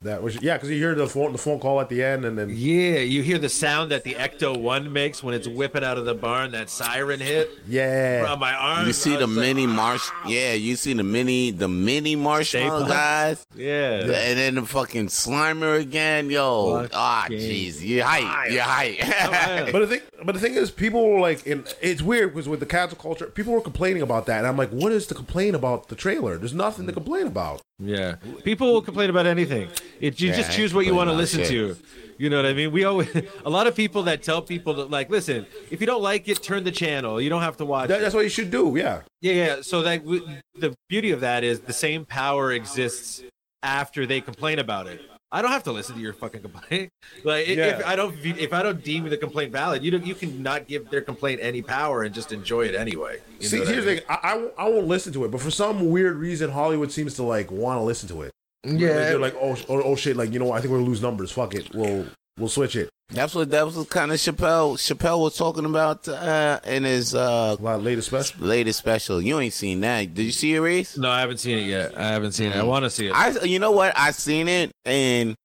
C: That was yeah, because you hear the phone the phone call at the end, and then
A: Yeah, you hear the sound that the Ecto One makes when it's whipping out of the barn. That siren hit
C: yeah,
A: on my arm.
B: You see the mini marsh. Yeah, you see the mini the mini marshmallow
A: Staple.
B: guys.
A: yeah.
B: And then the fucking Slimer again, yo.
A: Fucking
B: Ah, jeez, you hype, you hype.
C: But the thing, but the thing is, people were like, and it's weird because with the cancel culture, people were complaining about that, and I'm like, what is to complain about the trailer? There's nothing to complain about.
A: Yeah, people will complain about anything. It, you
B: Yeah,
A: just
B: I
A: choose what you
B: complain
A: want to listen
B: about shit.
A: to. You know what I mean? We always a lot of people that tell people that like, listen, if you don't like it, turn the channel. You don't have to watch.
C: That,
A: it.
C: that's what you should do. Yeah,
A: Yeah, yeah. So that w- the beauty of that is the same power exists after they complain about it. I don't have to listen to your fucking complaint. Like i-
C: Yeah.
A: if I don't ve- if I don't deem the complaint valid, you don't, you can not give their complaint any power and just enjoy it anyway. You
C: See,
A: know what I
C: here's
A: mean?
C: the thing. I, I, won't- I won't listen to it, but for some weird reason, Hollywood seems to like want to listen to it.
A: yeah.
C: They- they're like, oh, sh- oh, oh shit, like you know, what? I think we're gonna lose numbers. Fuck it, we'll we'll switch it
B: That's what that was kind of Chappelle. Chappelle was talking about uh, in his uh,
C: a lot later special.
B: latest special. You ain't seen that? Did you see it, Reese?
A: no, I haven't seen it yet. I haven't seen it. I
B: Mm.
A: want to see it.
B: I, you know what? I seen it and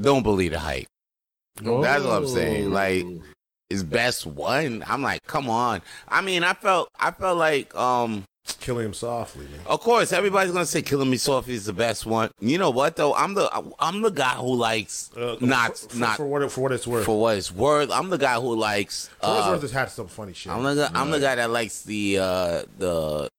B: don't believe the hype. That's what I'm
A: Oh.
B: saying. Like it's best one. I'm like, come on. I mean, I felt, I felt like, um,
C: Killing him softly, man.
B: Of course, everybody's gonna say "Killing Me Softly" is the best one. You know what though? I'm the I'm the guy who likes Uh, not
C: Uh, for, for-
B: not
C: for
B: for,
C: what it- for what it's worth. For
B: what it's worth. I'm the guy who likes.
C: what
B: uh,
C: it's worth, this had some funny shit.
B: I'm the guy, I'm the guy that likes the uh, the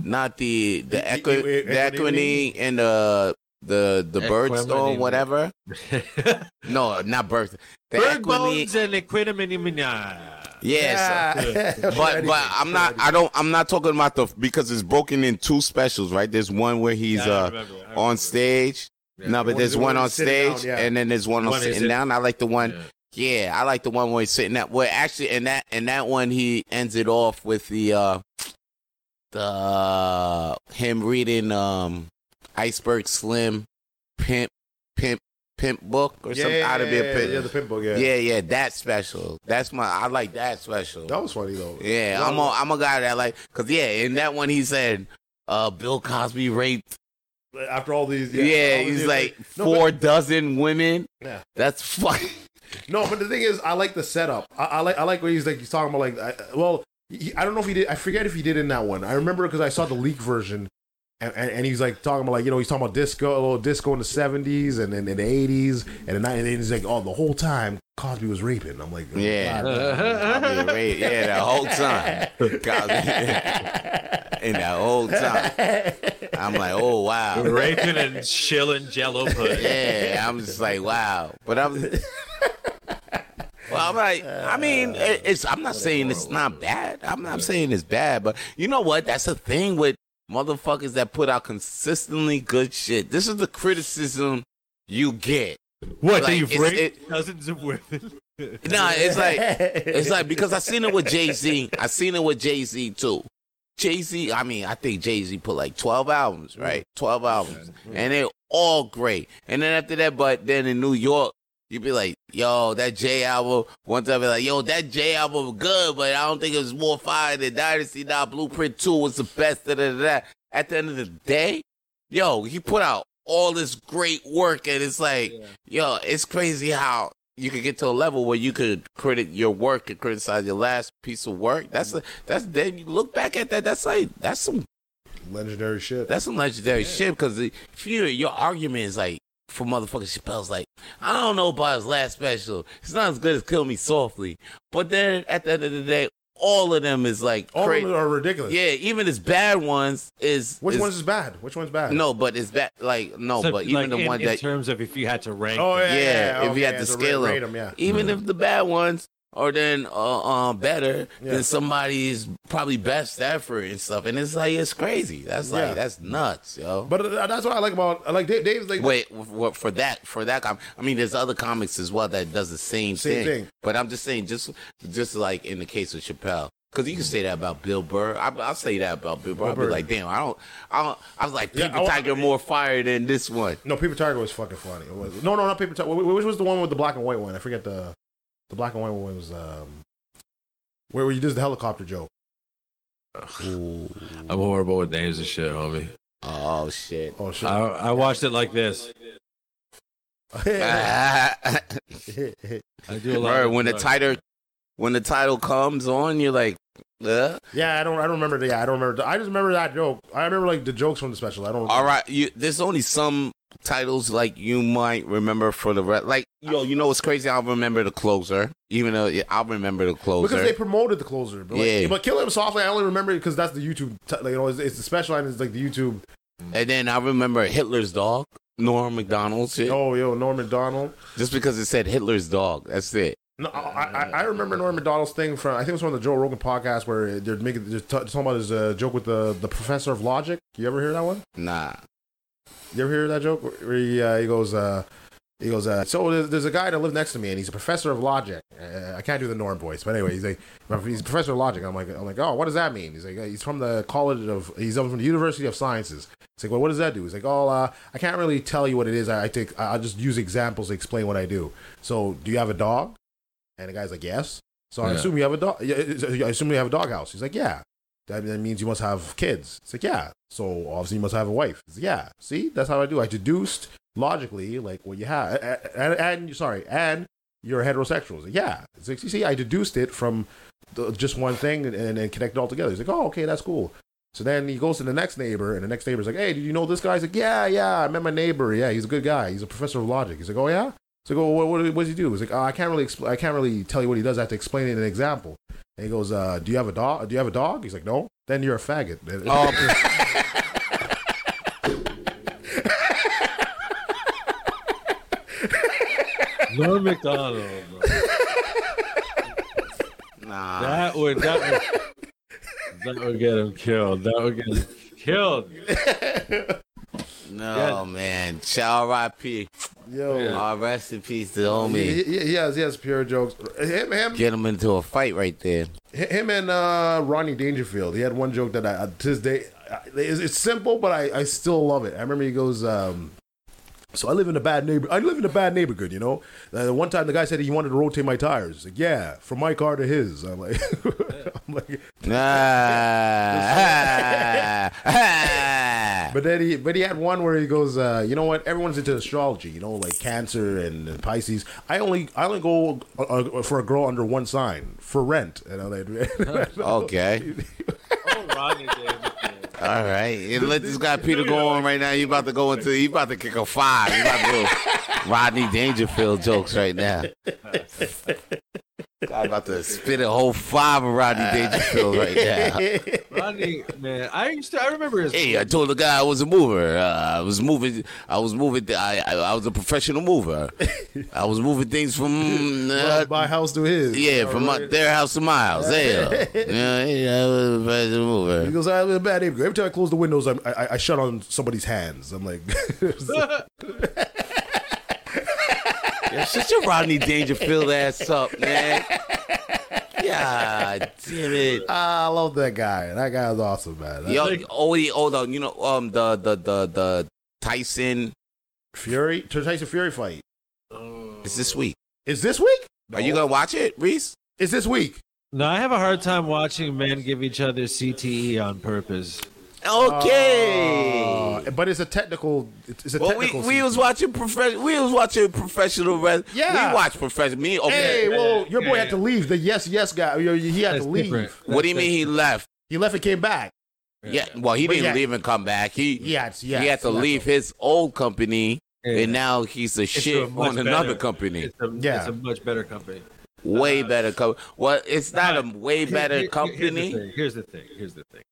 B: not the the,
C: E-
B: equi-
C: e- e-
B: the equity and the the the bird
A: Equanimity.
B: stone whatever. No, not bird. The
A: Bird
B: equity.
A: bones and equitamina.
B: Yes.
C: Yeah.
B: But but I'm not I don't I'm not talking about the because it's broken in two specials right. There's one where he's
A: Yeah, I
B: uh
A: remember, I remember.
B: on stage. No, but
C: One-
B: there's
C: the
B: one
C: one
B: on
C: sitting
B: stage,
C: down, yeah.
B: and then there's one on
A: One is
B: sitting
A: it-
B: down. I like the one.
A: Yeah.
B: Yeah. I like the one where he's sitting up. Where actually, and that and that one, he ends it off with the uh the him reading um Iceberg Slim, pimp, pimp, pimp book or something out of
C: yeah,
B: it.
C: yeah, the pimp book, yeah.
B: yeah, yeah, that special. That's my. I like that special.
C: That was funny though.
B: Yeah, I'm a I'm a guy that like because yeah, in that one he said, uh, Bill Cosby raped.
C: After all these,
B: Yeah,
C: all these
B: he's
C: years,
B: like
C: no,
B: four dozen women.
C: Yeah.
B: That's fucking.
C: But, no, but the thing is, I like the setup. I, I like I like what he's like. He's talking about like, I, well, he, I don't know if he did. I forget if he did in that one. I remember because I saw the leak version, and, and, and he's like talking about like you know he's talking about disco, a little disco in the seventies and then in the eighties and the nineties. He's like, oh, the whole time Cosby was raping. I'm like,
B: Yeah.
C: God.
B: I'll be ra- yeah, the whole time. Cosby. In the whole time. I'm like, oh, wow.
A: Raping and chilling jello pudding.
B: Yeah, I'm just like, wow. But I'm. Well, I'm like, I mean, it- it's. I'm not saying it's not bad. I'm not saying it's bad, but you know what? That's the thing with motherfuckers that put out consistently good shit. This is the criticism you get.
A: What,
B: Like,
A: that you've
B: it's-
A: raped
B: it-
A: dozens of women?
B: Nah, it's like it's like because I seen it with Jay Z. I seen it with Jay Z too. Jay Z, I mean, I think Jay Z put like twelve albums, right? Twelve albums, and they're all great. And then after that, but then in New York, you'd be like, "Yo, that Jay album." Once I'd be like, "Yo, that Jay album was good, but I don't think it was more fire than Dynasty." Now Blueprint Two was the best. Da da da. da. At the end of the day, yo, he put out all this great work, and it's like, yo, it's crazy how you could get to a level where you could credit your work and criticize your last piece of work. That's
C: Mm-hmm.
B: a, that's then you look back at that. That's like that's some
C: legendary shit.
B: that's some legendary shit because if you your argument is like for motherfucking Chappelle's like I don't know about his last special. It's not as good as Kill Me Softly, but then at the end of the day, all of them is like
C: All of
B: crazy.
C: them are ridiculous.
B: Yeah, even his bad ones is
C: Which
B: is-
C: one's is bad? Which one's bad?
B: no, but it's bad. Like no,
A: So,
B: but even
A: like,
B: the
A: in,
B: one
A: in
B: that
A: terms of if you had to rank.
C: Oh
A: them.
C: yeah,
B: yeah, if you had to
C: so
B: scale
C: rate-
B: them.
C: rate 'em, yeah.
B: even
A: Mm-hmm.
B: if the bad ones are then uh, uh, better
C: Yeah.
B: than somebody's probably best effort and stuff. And it's like it's crazy. That's like
C: Yeah.
B: that's nuts, yo.
C: But uh, that's what I like about I like Dave, Dave's like
B: Wait, what for that? For that com I mean, there's other comics as well that does the same,
C: Same
B: thing.
C: thing.
B: But I'm just saying, just just like in the case of Chappelle, because you can say that about Bill Burr. I, I'll say that about Bill Burr. I'll be
C: Burr.
B: like, damn, I don't, I don't. I was like,
C: Yeah,
B: Peter
C: I wa-
B: Tiger more fire than this one.
C: no Paper Tiger was fucking funny. It was no no not Paper Tiger. Wh- wh- Which was the one with the black and white one? I forget the the black and white one was um where were you just the helicopter joke?
A: I'm horrible with names and shit, homie.
B: Oh shit.
C: Oh shit!
A: I, I watched it like this. I do a lot.
B: Burr,
A: of-
B: when the title, when the title comes on, you're like, uh,
C: yeah, I don't I don't remember the yeah I don't remember. The, I just remember that joke. I remember like the jokes from the special. I don't.
B: all right. You, there's only some titles like you might remember for the rest. Like yo, you know what's crazy? I'll remember the closer, even though yeah, I'll remember the closer.
C: Because they promoted the closer, but like,
B: Yeah.
C: but Kill Him Softly, I only remember it because that's the YouTube. T- like, you know, it's, it's the special line is like the YouTube.
B: and then I remember Hitler's dog, Norm McDonald's shit,
C: Oh, yo, Norm Macdonald.
B: just because it said Hitler's dog. That's it.
C: No, I, I, I remember Norm Macdonald's thing from I think it was from the Joe Rogan podcast where they're making they're t- talking about his uh, joke with the the professor of logic. You ever hear that one?
B: Nah.
C: You ever hear that joke where he, uh, he goes uh, he goes uh, so there's, there's a guy that lives next to me and he's a professor of logic. Uh, I can't do the Norm voice, but anyway, he's like he's a professor of logic. I'm like I'm like oh what does that mean? He's like he's from the college of he's from the University of Sciences. It's like well what does that do? He's like oh uh, I can't really tell you what it is. I, I take I- I'll just use examples to explain what I do. So do you have a dog? And the guy's like, yes. So I
A: Yeah.
C: assume you have a dog. yeah, I assume you have a doghouse. He's like, yeah. That, that means you must have kids. It's like, yeah. So obviously you must have a wife. He's like, yeah. See, that's how I do. I deduced logically like what you have, and, and, and sorry, and you're heterosexual. He's like, yeah. It's like, you see, I deduced it from the, just one thing and, and, and connected all together. He's like, oh, okay, that's cool. So then he goes to the next neighbor, and the next neighbor's like, hey, did you know this guy? He's like, yeah, yeah, I met my neighbor. Yeah, he's a good guy. He's a professor of logic. He's like, oh yeah. So go. What, what, what does he do? He's like, oh, I can't really, expl- I can't really tell you what he does. I have to explain it in an example. And he goes, uh, "Do you have a dog? Do you have a dog?" He's like, "No." Then you're a faggot.
B: Oh,
A: Norm McDonald. bro.
B: nah.
A: That would that would, that would get him killed. That would get him killed.
B: no, man. Shall R.I.P.
C: Yo,
B: Uh, rest in peace to the
C: he,
B: homie.
C: he, he has he has pure jokes. Him him
B: Get him into a fight right there.
C: him and uh, Ronnie Dangerfield. He had one joke that I uh, to this day I, it's, it's simple, but I, I still love it. I remember he goes. Um, so I live in a bad neighbor. I live in a bad neighborhood, you know. Uh, one time the guy said he wanted to rotate my tires. Like, yeah, from my car to his. I'm like, I'm like,
B: Ah, ah,
C: But then he, but he had one where he goes, uh, you know what? Everyone's into astrology, you know, like Cancer and, and Pisces. I only, I only go uh, uh, for a girl under one sign for rent. And I'm like,
B: ah. okay.
A: Oh, Ronnie Davis.
B: All right, and let this guy Peter go on right now. You about to go into, you about to kick a five. You about to go Rodney Dangerfield jokes right now. God, about to spit a whole five of Rodney Dangerfield right now.
A: Rodney, man, I used to, I remember his.
B: Hey, I told the guy I was a mover. Uh, I was moving. I was moving. I, I I was a professional mover. I was moving things from uh,
C: my house to his.
B: yeah, from my, their house to my house. Yeah, yeah, yeah, I was a professional
C: He
B: mover.
C: goes, I'm a bad neighbor. Every time I close the windows, I'm, I, I- I shut on somebody's hands. I'm like,
B: Yeah, shut your Rodney Dangerfield ass up, man. God damn it.
C: ah, I love that guy. That guy is awesome, man. That-
B: Yo, oh, wait, hold on. You know, um, the the the the Tyson
C: Fury, Tyson Fury fight.
B: is this week.
C: Is this week?
B: Are you gonna watch it, Reese?
C: Is this week?
A: No, I have a hard time watching men give each other CTE on purpose.
B: Okay.
C: Uh, but it's a technical. It's a
B: Oh, well, we,
C: technical.
B: we
C: scene.
B: was watching professional. We was watching professional. Res-
C: Yeah.
B: we watched professional. Me,
C: Hey,
B: okay.
C: well, your boy
A: Yeah.
C: had to leave. The yes, yes guy. Yo, He had
A: That's
C: to leave.
A: different.
B: what do you mean he left?
C: He left and came back.
B: Yeah. Well, he
C: But
B: didn't
C: yeah.
B: leave and come back. He
C: Yeah, it's- yeah.
B: he had to
C: it's-
B: leave his old company,
A: Yeah.
B: and now he's a
A: It's
B: shit
A: a
B: on
A: much
B: another
A: better-
B: company.
A: It's uh, a,
C: Yeah.
A: it's a much better company.
B: way better company. Well, it's not a way
A: Here-
B: better
A: here- here-
B: company,
A: Here's the, thing, here's the thing. Here's the thing.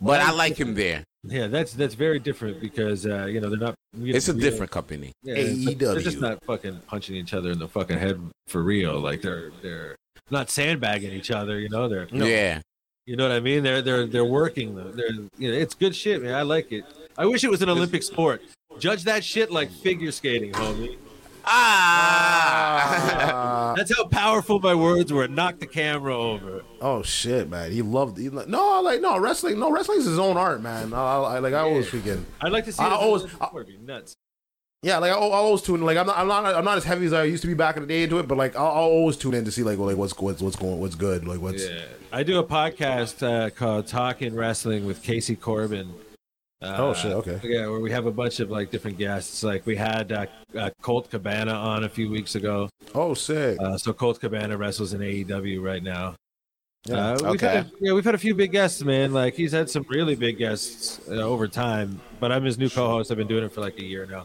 B: but I like him there.
A: Yeah, that's that's very different because uh, you know they're not. you
B: It's a
A: know,
B: different E company.
A: yeah, it's like- They're
C: AEW.
A: just not fucking punching each other in the fucking head for real. Like they're they're not sandbagging each other. You know they're
B: Yeah.
A: You know what I mean? They're they're they're working though. They're you know, it's good shit, man. I like it. I wish it was an Olympic sport. Judge that shit like figure skating, homie.
B: Ah.
C: Uh,
A: That's how powerful my words were. Knock the camera over.
C: oh shit, man. He loved. He, lo- no, like no wrestling. No wrestling's his own art, man. I, I I- like. I always freaking.
A: I'd like to see. it
C: I
A: as an
C: always-
A: Olympic sport. It'd be nuts.
C: Yeah, like I, I always tune. Like I'm not, I'm not, I'm not as heavy as I used to be back in the day into it. But like I'll, I'll always tune in to see like, well, like what's what's what's going, what's good, like what's.
A: Yeah, I do a podcast uh, called Talking Wrestling with Casey Corbin. Uh,
C: Oh, shit, okay.
A: Yeah, where we have a bunch of like different guests. Like we had uh, uh, Colt Cabana on a few weeks ago.
C: Oh, sick.
A: Uh, so Colt Cabana wrestles in AEW right now.
C: Yeah.
A: Uh, we've
B: Okay.
A: had a, yeah, we've had a few big guests, man. Like he's had some really big guests uh, over time, but I'm his new co-host. I've been doing it for like a year now.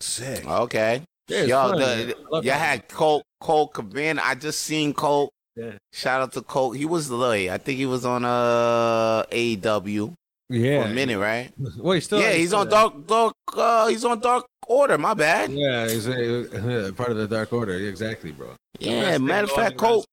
C: Sick.
B: Ah! okay.
A: Yeah, it's
B: Y'all,
A: fun,
B: the,
A: man. I
B: y'all
A: love it.
B: had Colt Colt Cabana. I just seen Colt.
A: Yeah.
B: Shout out to Colt. He was like, I think he was on uh AEW for a
A: Yeah,
B: minute, right?
A: well, he's still
B: yeah, he's
A: still
B: on
A: there.
B: Dark Dark. Uh, he's on Dark Order. My bad.
A: Yeah, he's uh, part of the Dark Order. Yeah, Exactly, bro.
B: Yeah.
A: Best thing
B: Matter of
A: going
B: fact,
A: in
B: Colt.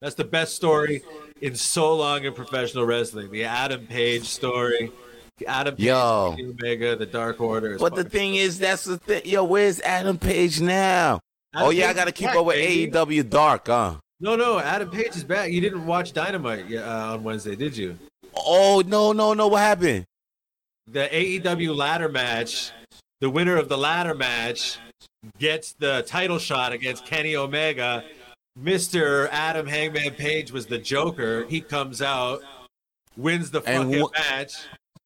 A: That's the best story in so long in professional wrestling. The Adam Page story. The Adam Page,
B: Yo.
A: Kenny Omega, the Dark Order. is
B: But the
A: fucking-
B: thing is, that's the thing. Yo, where's Adam Page now?
A: Adam
B: oh yeah, I
A: Page
B: gotta
A: is
B: keep
A: back,
B: up with E
A: baby.
B: AEW Dark, huh?
A: No, no, Adam Page is back. You didn't watch Dynamite uh, on Wednesday, did you?
B: Oh no, no, no! What happened?
A: The AEW ladder match. The winner of the ladder match gets the title shot against Kenny Omega. Mr. Adam Hangman Page was the Joker. He comes out, wins the
B: And
A: fucking
B: wha-
A: match.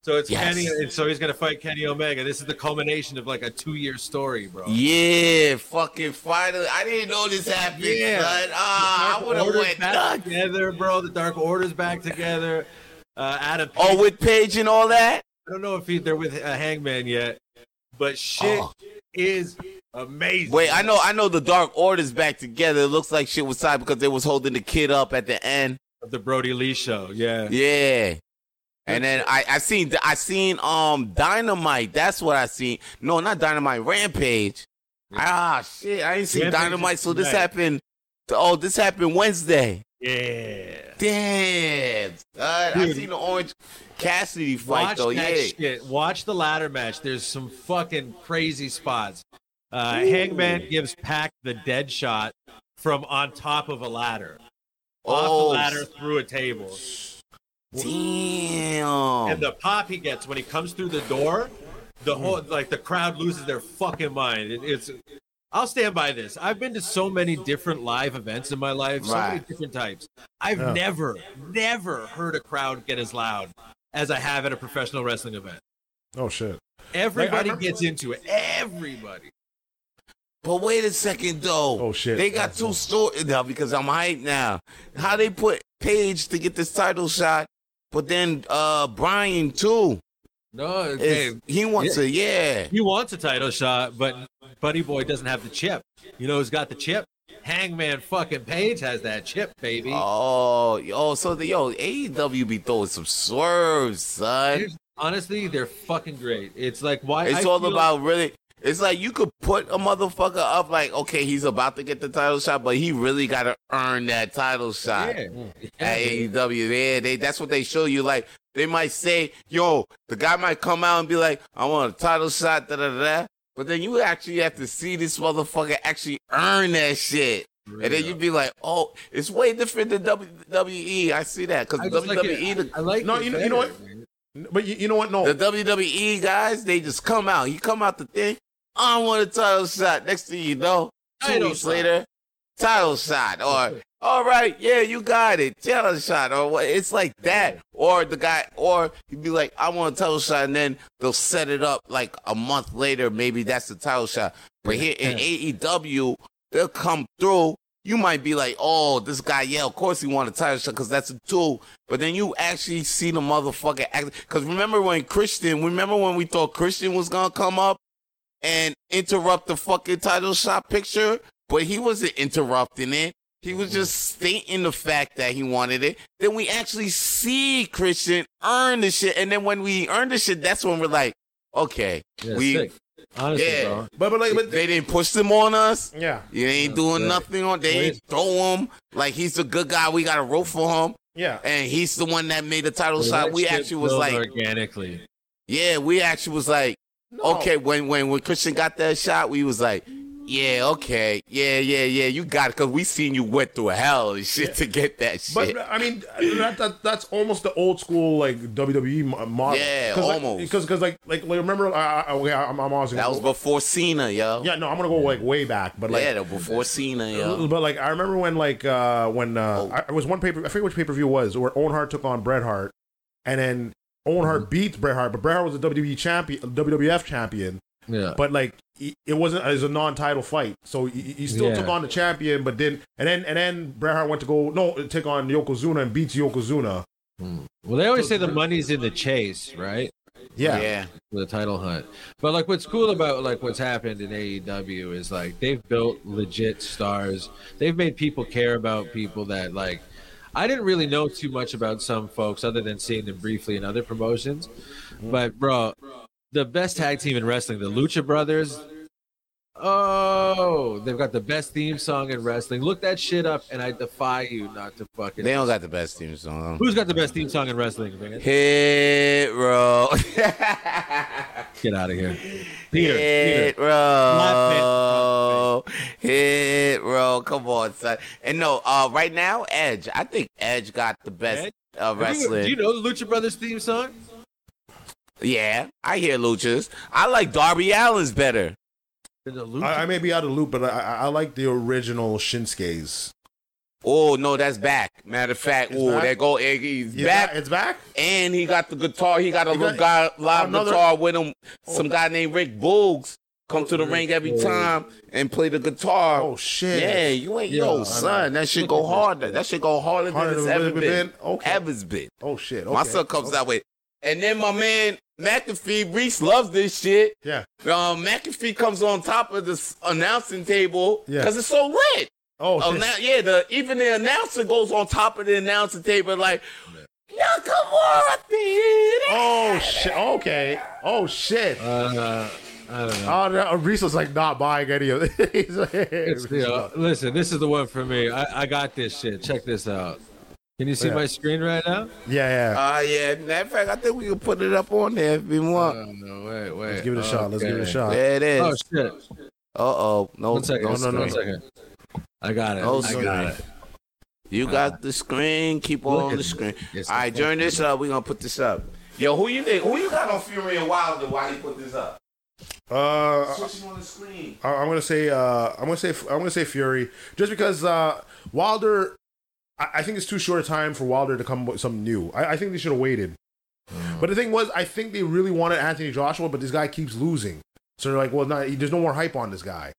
A: So it's
B: Yes.
A: Kenny, and so he's gonna fight Kenny Omega. This is the culmination of like a two-year story, bro.
B: Yeah, fucking finally! I didn't know this happened,
A: Yeah.
B: son. Ah, I
A: Dark
B: would have
A: Order's
B: went
A: back
B: nuts.
A: together, bro. The Dark Order's back together. Uh, Adam, Page,
B: Oh, with Page and all that.
A: I don't know if he, they're with uh, Hangman yet, but shit
B: Oh.
A: is amazing.
B: Wait, I know, I know. The Dark Order's back together. It looks like shit was tight because they was holding the kid up at the end.
A: the Brody Lee show, yeah.
B: Yeah. And then I, I seen I seen um Dynamite. That's what I seen. No, not Dynamite. Rampage. Ah shit! I didn't see
A: Rampage is
B: Dynamite. So this
A: tonight.
B: happened. Oh, this happened Wednesday.
A: Yeah.
B: Damn. Uh, I
A: Dude.
B: seen the Orange Cassidy fight
A: Watch
B: though.
A: that
B: Yeah.
A: shit. Watch the ladder match. There's some fucking crazy spots. Uh, Hangman gives Pac the dead shot from on top of a ladder, off
B: Oh,
A: the ladder through a table, and
B: Damn.
A: the pop he gets when he comes through the door, the
B: Hmm.
A: whole like the crowd loses their fucking mind. It, it's. I'll stand by this. I've been to so many different live events in my life, so many
B: Right.
A: different types. I've never, never heard a crowd get as loud as I have at a professional wrestling event.
C: Oh shit.
A: Everybody
C: remember-
A: gets into it. Everybody.
B: But wait a second though.
C: Oh, shit.
B: They got two stories now because I'm hyped now. How they put Paige to get this title shot But then uh Brian too.
A: No,
B: Is,
A: okay.
B: He wants to yeah.
A: He wants a title shot, but Buddy Boy doesn't have the chip. You know who's got the chip? Hangman fucking Page has that chip, baby.
B: Oh, oh, so the yo AEW be throwing some swerves, son.
A: Here's- honestly, they're fucking great. It's like why
B: It's
A: I
B: all
A: feel-
B: about really. It's like you could put a motherfucker up, like okay, he's about to get the title shot, but he really got to earn that title shot
A: Yeah.
B: at AEW. Yeah, they that's what they show you. Like they might say, "Yo," the guy might come out and be like, "I want a title shot," da da da. But then you actually have to see this motherfucker actually earn that shit. And then you'd be like, "Oh, it's way different than WWE." I see that because
A: I just
B: WWE,
A: like it.
B: E, the,
A: I like
D: No,
A: it
D: you know- you know
A: better,
D: what?
A: man.
D: But you, you know what? No,
B: The WWE guys, they just come out. You come out the thing, I want a title shot. Next thing you know, two
A: Title
B: weeks
A: shot.
B: later, title shot. Or all right, yeah, you got it, title shot. Or what? It's like that. Or the guy, or you'd be like, I want a title shot, and then they'll set it up like a month later. Maybe that's the title shot. But here in AEW, they'll come through. You might be like, oh, this guy, yeah, of course he won a title shot because that's a tool. But then you actually see the motherfucker act. Because remember when Christian, remember when we thought Christian was going to come up and interrupt the fucking title shot picture? But he wasn't interrupting it. He
A: Mm-hmm.
B: was just stating the fact that he wanted it. Then we actually see Christian earn the shit. And then when we earn the shit, that's when we're like, okay,
A: Yeah,
B: we,
A: sick. honestly,
B: yeah.
A: bro.
D: but but like but
B: they didn't push them on us.
D: yeah,
B: You ain't doing
A: Yeah.
B: nothing on. They ain't throw him like he's a good guy. We got a rope for him,
D: yeah.
B: and he's the one that made the title
A: Well,
B: shot.
A: that
B: We
A: shit
B: actually was
A: built
B: like,
A: organically.
B: yeah, we actually was like, okay, when when when Christian got that shot, we was like, yeah, okay, yeah, yeah, yeah, you got it, cause we seen you went through hell and shit to get that shit.
D: But I mean, that, that, that's almost the old school like
C: E
D: WWE mo- model.
B: Yeah, almost.
D: Because because like, like like remember? Uh, okay, I'm, I'm honestly.
B: that was before Cena, yo. Yeah,
D: yeah, no, I'm gonna go like way back, but like.
B: yeah that was before Cena, yo.
D: But like I remember when like uh when uh
B: Oh.
D: I, it was one paper I forget which pay per view was where Owen Hart took on Bret Hart, and then Owen Hart
B: Mm-hmm.
D: beats Bret Hart, but Bret Hart was a WWE champion, WWF champion,
A: Yeah.
D: but like he- it wasn't it was a non-title fight, so he, he still
A: Yeah.
D: took on the champion, but then and then and then Bret Hart went to go no take on Yokozuna and beats Yokozuna.
A: Well, they always say the money's in the chase, right?
D: Yeah,
B: yeah.
A: The title hunt. But like, what's cool about like what's happened in AEW is like they've built legit stars. They've made people care about people that like. I didn't really know too much about some folks other than seeing them briefly in other promotions. But bro, the best tag team in wrestling, the Lucha Brothers. Oh, they've got the best theme song in wrestling. Look that shit up, and I defy you not to fucking.
B: They don't got the best team song.
A: Who's got the best theme song in wrestling? man?
B: Hit roll.
A: Get out of here, Peter. Peter.
B: Hit roll. Hit roll. Come on, son. And no, uh, right now, Edge. I think Edge got the best
A: Edge?
B: uh,
A: Have you-
B: wrestling.
A: Do you know the Lucha Brothers theme song?
B: yeah, I hear Luchas. I like Darby Allen's better.
A: The Lucha.
C: I, I may be out of the loop, but I, I I like the original Shinsuke's.
B: Oh no, that's back. Matter of fact, oh,
C: back?
B: that go Iggy's
C: Yeah,
B: back,
C: it's back.
B: and he got the guitar. He got a little guy, live
C: another- Oh,
B: guitar with him. Some guy named Rick Boogs come to the ring every time and play the guitar.
C: Oh shit!
B: Yeah, you ain't yo,
A: Yeah.
B: son. That should go harder. That should go harder,
C: Harder
B: than it's
C: than
B: ever
C: it's
B: been.
C: been? Okay.
B: Ever's been.
C: Oh shit!
B: My
C: okay.
B: son comes out with. And then my man McAfee Reese loves this shit.
C: Yeah.
B: Um, McAfee comes on top of this announcing table
C: Yeah.
B: because it's so lit.
C: Oh
B: Oh,
C: shit!
B: now, yeah, the even the announcer goes on top of the announcing table like, Nakamura did it."
C: Oh shit! Okay. Oh shit!
A: Uh, I don't know.
C: Oh, no, Reese was like not buying any of it. He's like,
A: It's, you know, listen, this is the one for me. I, I got this shit. Check this out. Can you see
C: Yeah.
A: my screen right now?
C: yeah, yeah.
B: Uh, yeah. Matter of fact, I think we can put it up on there if we want.
A: Oh, no, wait, wait.
C: Let's give it a shot. Let's give it a
A: Okay.
C: shot.
B: there it is.
A: Oh shit!
B: Uh oh. No,
A: One second.
B: no,
A: No, no,
B: screen.
A: One second. I got it.
C: Oh,
B: No
A: I
B: screen.
A: got it.
B: You got the screen. Keep on
A: at
B: the
A: this.
B: screen.
A: Yes,
B: All right,
A: I-
B: during this up, we gonna put this up. Yo, who you think? Who you got on Fury and Wilder? Why you put this up?
A: Uh-uh.
C: Uh,
B: Switching on the screen.
C: I- I'm gonna say uh, I'm gonna say I'm gonna say Fury just because uh, Wilder. I, I think it's too short a time for Wilder to come up with something new. I, I think they should have waited. But the thing was, I think they really wanted Anthony Joshua, but this guy keeps losing. So they're like, well, not, there's no more hype on this guy.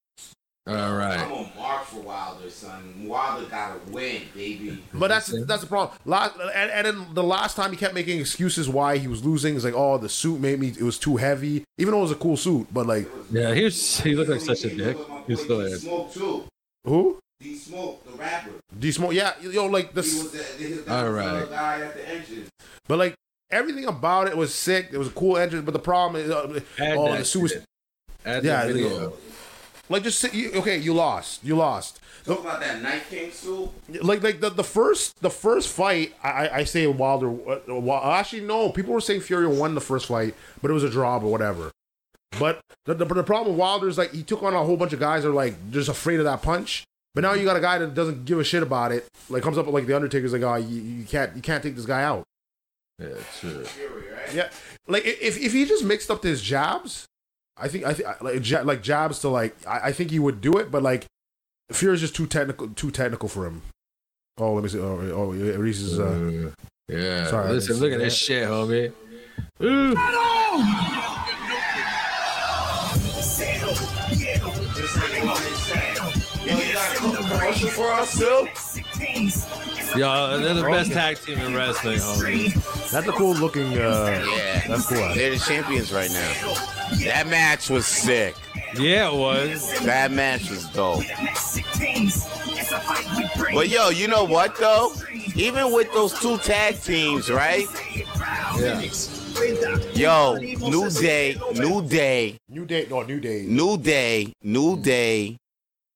A: All right.
B: on Mark for Wilder, son. Wilder gotta win, baby.
C: But that's that's the problem. Last, and, and then the last time he kept making excuses why he was losing. It's like, oh, the suit made me. It was too heavy, even though it was a cool suit. But like,
A: Yeah, he was, he looked like such a dick. He was hilarious.
B: Smoke too.
C: who?
B: D Smoke, the rapper.
C: Do you smoke? Yeah, yo, like
B: He
C: this.
B: was the, he was the
A: All right.
B: guy at the entrance.
C: But like everything about it was sick. It was a cool entrance, but the problem is, uh,
A: Add
C: oh,
A: that
C: the suit was
A: shit. Add
C: yeah.
A: that video.
C: like- Like just sit, you, okay, you lost. You lost.
B: Talk about that Night King suit.
C: like like the, the first the first fight I, I- I say Wilder uh, well, actually no people were saying Fury won the first fight but it was a draw or whatever but the, the, but the problem with Wilder is like he took on a whole bunch of guys that are like just afraid of that punch but now you got a guy that doesn't give a shit about it like comes up like the Undertaker's like oh you, you can't you can't take this guy out
A: Yeah, true.
C: yeah like i- if, if he just mixed up his jabs I think I think like, ja- like jabs to like I, I think he would do it but like Fury's just too technical too technical for him. Oh, let me see. Oh, oh Reese is. Uh,
A: Uh, yeah.
C: Sorry, I
A: Listen,
C: didn't
A: look
C: see
A: at this shit, homie. Ooh.
B: Yo, you got a cook commercial for us too?
A: Yo, they're the best tag team in wrestling, homie.
C: That's a cool looking. Uh,
B: Yeah,
C: that's cool.
B: They're the champions right now. That match was sick.
A: Yeah, it was.
B: That match was dope. But yo, you know what though? Even with those two tag teams, right?
A: Yeah.
B: Yo, New Day, New Day,
C: New day, no new day.
B: New Day, New Day.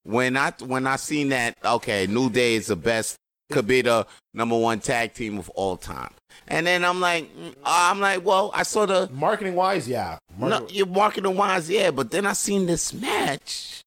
B: When I when I seen that, okay, New Day is the best, could be the number one tag team of all time. And then I'm like, mm, I'm like, well, I saw the
C: Marketing wise, yeah.
B: No,
C: Market-
B: you're marketing wise, yeah, but then I seen this match.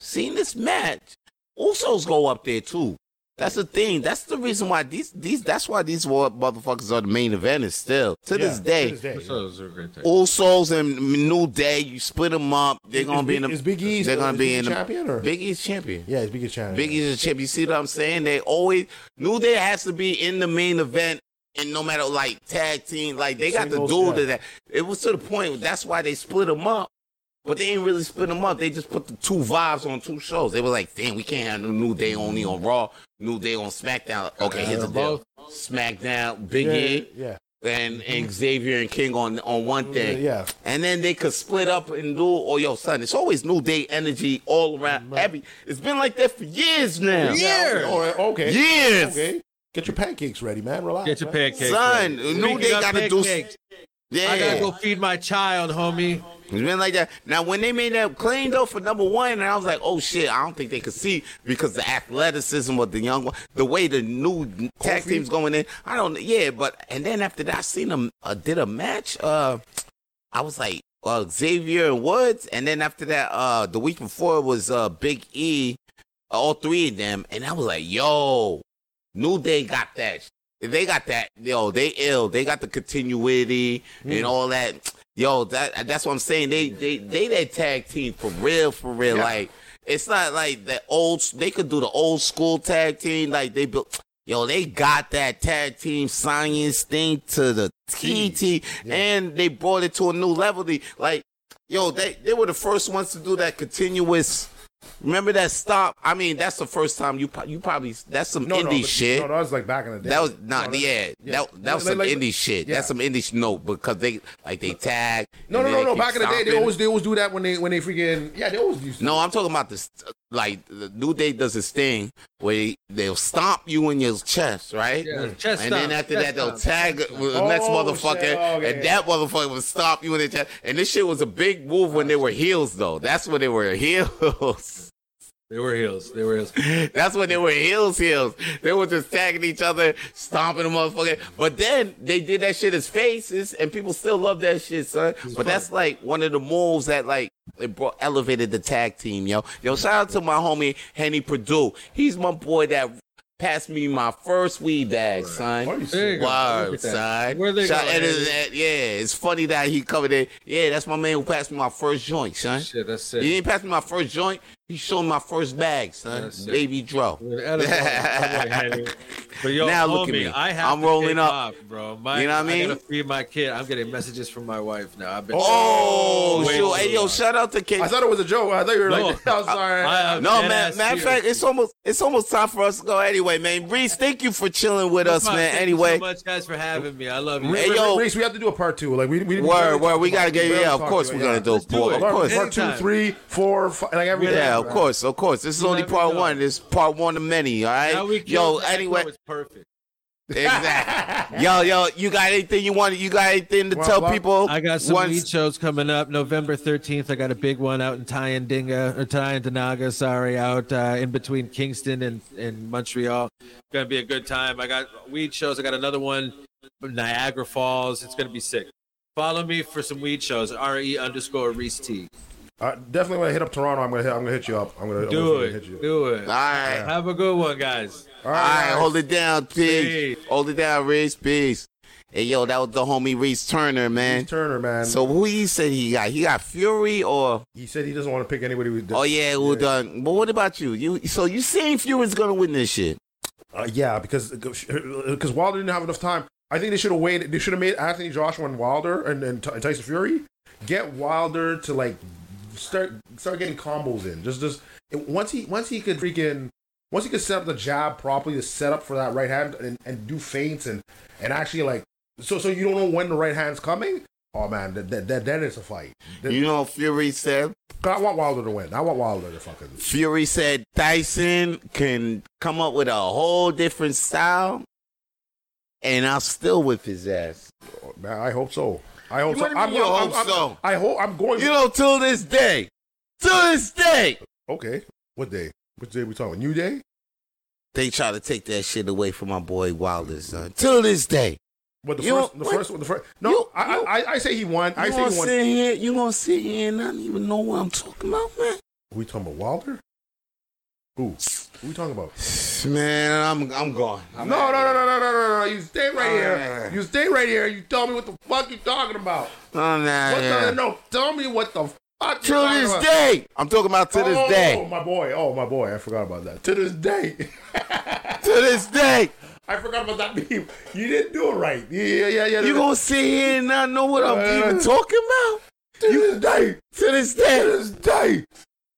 B: Seen this match. Usos go up there too. That's the thing. That's the reason why these these that's why these war motherfuckers are the main eventers still. To
C: yeah,
B: this day.
A: So it was a great tag.
B: Usos and New Day, you split them up. They're gonna be in the
C: Is Big E?
B: They're gonna be
C: is Big E
B: in the
C: champion or?
B: Big East champion.
C: yeah, it's Big E champion.
B: Big East is champion. You see what I'm saying? They always New Day has to be in the main event, and no matter like tag team, like they got the
C: Singles,
B: duel
C: yeah.
B: to that. It was to the point that's why they split them up. But they ain't really split them up. They just put the two vibes on two shows. They were like, damn, we can't have no New Day only on Raw, New Day on SmackDown. Okay, here's the deal. SmackDown, Big
C: Yeah,
B: E,
C: yeah,
B: and,
A: Mm-hmm.
B: and Xavier and King on on one
C: yeah,
B: thing.
C: yeah.
B: And then they could split up and do, oh, yo, son, it's always new day energy all around. Every, it's been like that for years now.
A: Years.
C: All right, Oh, okay.
B: Years.
C: Okay. Get your pancakes ready, man. Relax.
A: Get your
C: man.
A: pancakes. ready.
B: Son, New
A: Speaking
B: Day
A: of
B: gotta do-
A: pancakes,
B: Yeah.
A: I gotta go feed my child, homie.
B: It's been like that. Now, when they made that claim though for number one, and I was like, "Oh shit, I don't think they could see because the athleticism of the young one, the way the new tag team's going in. I don't, yeah." But and then after that, I seen them uh, did a match. Uh, I was like, uh, Xavier and Woods, and then after that, uh, the week before was uh Big E, all three of them, and I was like, "Yo, New Day got that. They got that. Yo, they ill. They got the continuity and all that. Yo, that that's what I'm saying. They they they that tag team for real, for real. Like it's not like the old. They could do the old school tag team. Like they built. Yo, they got that tag team science thing to the TT, and they brought it to a new level. They, like, yo, they they were the first ones to do that continuous. Remember that stop? I mean, that's the first time you pro- you probably that's some
C: No, no,
B: indie
C: but-
B: shit.
C: No, that was like back in the day.
B: That was not
C: No, that-
B: yeah, That that was
C: Like-
B: some
C: like-
B: indie shit.
C: yeah.
B: That's some indie sh- no because they like they tag.
C: No,
B: and
C: no,
B: then
C: no,
B: they
C: no.
B: keep
C: Back in the day, they
B: stomping.
C: always they always do that when they when they freaking yeah they always used to.
B: No, I'm talking about this. Like the New Day does this thing where they- they'll stomp you in your chest, right?
A: Yeah, chest
B: and then
A: stomp,
B: after
A: chest
B: that, they'll
A: stomp.
B: tag with the
C: Oh,
B: next
C: shit.
B: motherfucker,
C: Oh, okay,
B: and
C: yeah.
B: that motherfucker would stomp you in the chest. And this shit was a big move when they were heels, though. That's when they were heels.
A: They were heels. They were heels.
B: That's when they were heels, heels. They were just tagging each other, stomping the motherfucker. But then they did that shit as faces, and people still love that shit, son. But that's like one of the moves that like it brought elevated the tag team, yo. Yo, shout out to my homie Henny Purdue. He's my boy that passed me my first weed bag, son.
C: Why are you
A: There you
C: saying?
A: go. Look
B: Word,
A: at that.
B: son.
A: Where they
B: Shout-
A: go,
B: and it's-
A: Henny?
B: that- yeah, it's funny that he covered it. Yeah, that's my man who passed me my first joint, son.
A: Shit, that's it.
B: He didn't pass me my first joint. He showed me my first bag, son.
A: That's it.
B: Baby Dro.
A: With edible, I want Henny. But yo,
B: now
A: homie,
B: look at me.
A: I have
B: I'm
A: to
B: rolling
A: take
B: up.
A: off, bro. My,
B: You know what I mean?
A: gotta feed my kid. I'm getting messages from my wife now. I've been.
B: Oh,
A: Wait,
B: shoot.
A: wait,
B: Hey, yo,
A: wait.
B: shout out to K.
C: I thought it was a joke. I thought you were
A: No.
C: like, I'm sorry.
A: I- I-
B: No,
A: dead
B: man.
A: ass
B: Matter of
A: serious.
B: fact, it's almost it's almost time for us to go anyway, man. Reese, thank you for chilling with us,
A: Fuck,
B: man.
A: thank You
B: Anyway,
A: so much, guys, for having me. I love you.
B: Hey, yo.
C: Reese, we have to do a part two. Like we, we
B: word, word. We gotta
C: we
B: get
C: barely
B: yeah. Of
C: talked
B: course,
C: about
B: we're
C: it,
B: gonna
C: yeah.
B: do
A: Let's
B: it.
A: do it.
B: Of
C: Part,
B: course,
A: Anytime.
C: part two, three, four, five, like every
B: Yeah, of course, of course. This is
A: You
B: only
A: never
B: part
A: know.
B: one. This is part one of many. All
A: Now we
B: right. Yo,
A: killed that.
B: anyway,
A: That was perfect.
B: exactly. Yo, yo, you got anything you want? You got anything to
C: Well,
B: tell
C: well,
B: people?
A: I got some
B: once-
A: lead shows coming up. November 13th, I got a big one out in Tyandinga, or Tyandinaga, sorry, out uh, in between Kingston and, and Montreal. Going to be a good time. I got weed shows. I got another one from Niagara Falls. It's going to be sick. Follow me for some weed shows. RE underscore Reese T.
C: Uh, definitely when I hit up Toronto, I'm gonna hit, I'm gonna hit you up. I'm gonna I'm
A: Do
C: gonna hit you.
A: it. Do
B: All
A: it.
B: right.
A: Have a good one, guys.
B: All
C: All
B: right, hold it down, Peace.
A: Peace.
B: Hold it down, Reese. Peace. Hey, yo, that was the homie Reese Turner, man.
C: Turner, man.
B: So who he said he got? He got Fury or?
C: he said he doesn't want to pick anybody. Who
B: Oh yeah, who done? But what about you? You so you saying Fury's gonna win this shit?
C: Uh, yeah, because because Wilder didn't have enough time. I think they should have waited. They should have made Anthony Joshua and Wilder and, and Ty- Tyson Fury get Wilder to like start start getting combos in. Just just once he once he could freaking once he could set up the jab properly to set up for that right hand and, and do feints and and actually like so so you don't know when the right hand's coming. Oh man, that that, that, that is a fight. That-
B: You know, Fury said.
C: I want Wilder to win. I want Wilder to fucking.
B: Fury said Dyson can come up with a whole different style, and I'm still with his ass.
C: Man, I hope so. I hope
B: You
C: so.
B: wanna
C: I'm,
B: be- you
C: going- I'm,
B: hope
C: I'm-
B: so.
C: I hope I'm going.
B: You know, till this day, till this day,
C: Okay. What day? What day we talking? New day?
B: they try to take that shit away from my boy Wilder, son. Till this day.
C: What the
B: You
C: first?
B: don't-
C: The
B: what?
C: first one. The first. No,
B: You-
C: I,
B: you-
C: I, I I say he won. I
B: You
C: say
B: gonna
C: he won.
B: sit here? You gonna sit here and not even know what I'm talking about, man?
C: We talking about Wilder? Who? Who we talking about?
B: Man, I'm I'm gone. I'm
C: No, no,
B: out
C: no,
B: of
C: no, no, no, no, no! You stay right here.
B: Alright.
C: You stay right here. You tell me what the fuck you talking about.
B: here. I'm out
C: What
B: of here.
C: the, no, tell me what the fuck you
B: Till
C: talking
B: this
C: about.
B: day, I'm talking about to
C: oh,
B: this
C: Oh
B: day.
C: my boy! Oh my boy! I forgot about that. To this day,
B: To this day,
C: I forgot about that meme. You didn't do it right. Yeah, yeah, yeah. yeah
B: you gonna sit here and not know what I'm
C: Uh,
B: even talking about?
C: to this day,
B: To this day,
C: to this day,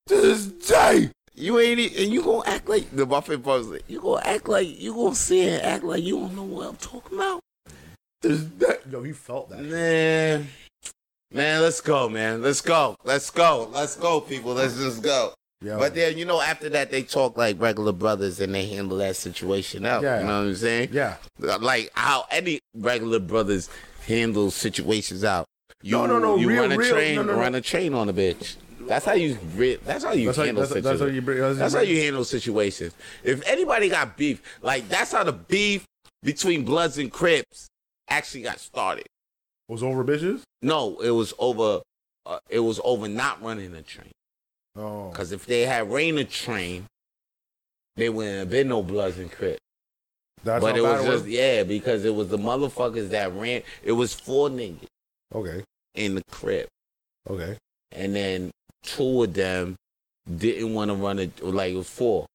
C: to this day.
B: you ain't e- and you gonna act like the Buffett Bros. like, You gonna act like you gonna sit here and act like you don't know what I'm talking about,
C: There's that. Yo, he felt that.
B: man. Man, let's go, man. Let's go. Let's go. Let's go, people. Let's just go.
C: Yeah.
B: But then you know, after that, they talk like regular brothers and they handle that situation out.
C: Yeah.
B: You know what I'm saying?
C: yeah.
B: Like how any regular brothers handle situations out. You,
C: No, no, no,
B: You
C: real,
B: run a
C: real,
B: train,
C: no, no, no.
B: run a train on a bitch. That's how you. re- That's how you
C: That's how,
B: handle
C: that's, that's how
B: situations.
C: you bring. That's,
B: That's how you handle situations. If anybody got beef, like that's how the beef between Bloods and Crips actually got started.
C: was over bitches.
B: No, it was over. Uh, it was over not running a train.
C: Oh,
B: Because if they had rain a train, they wouldn't have been no Bloods and Crips.
C: that's
B: but
C: how
B: it
C: bad
B: was
C: it was.
B: just, yeah, because it was the motherfuckers that ran. It was four niggas
C: Okay,
B: in the crib.
C: okay.
B: And then two of them didn't want to run it, like it was four.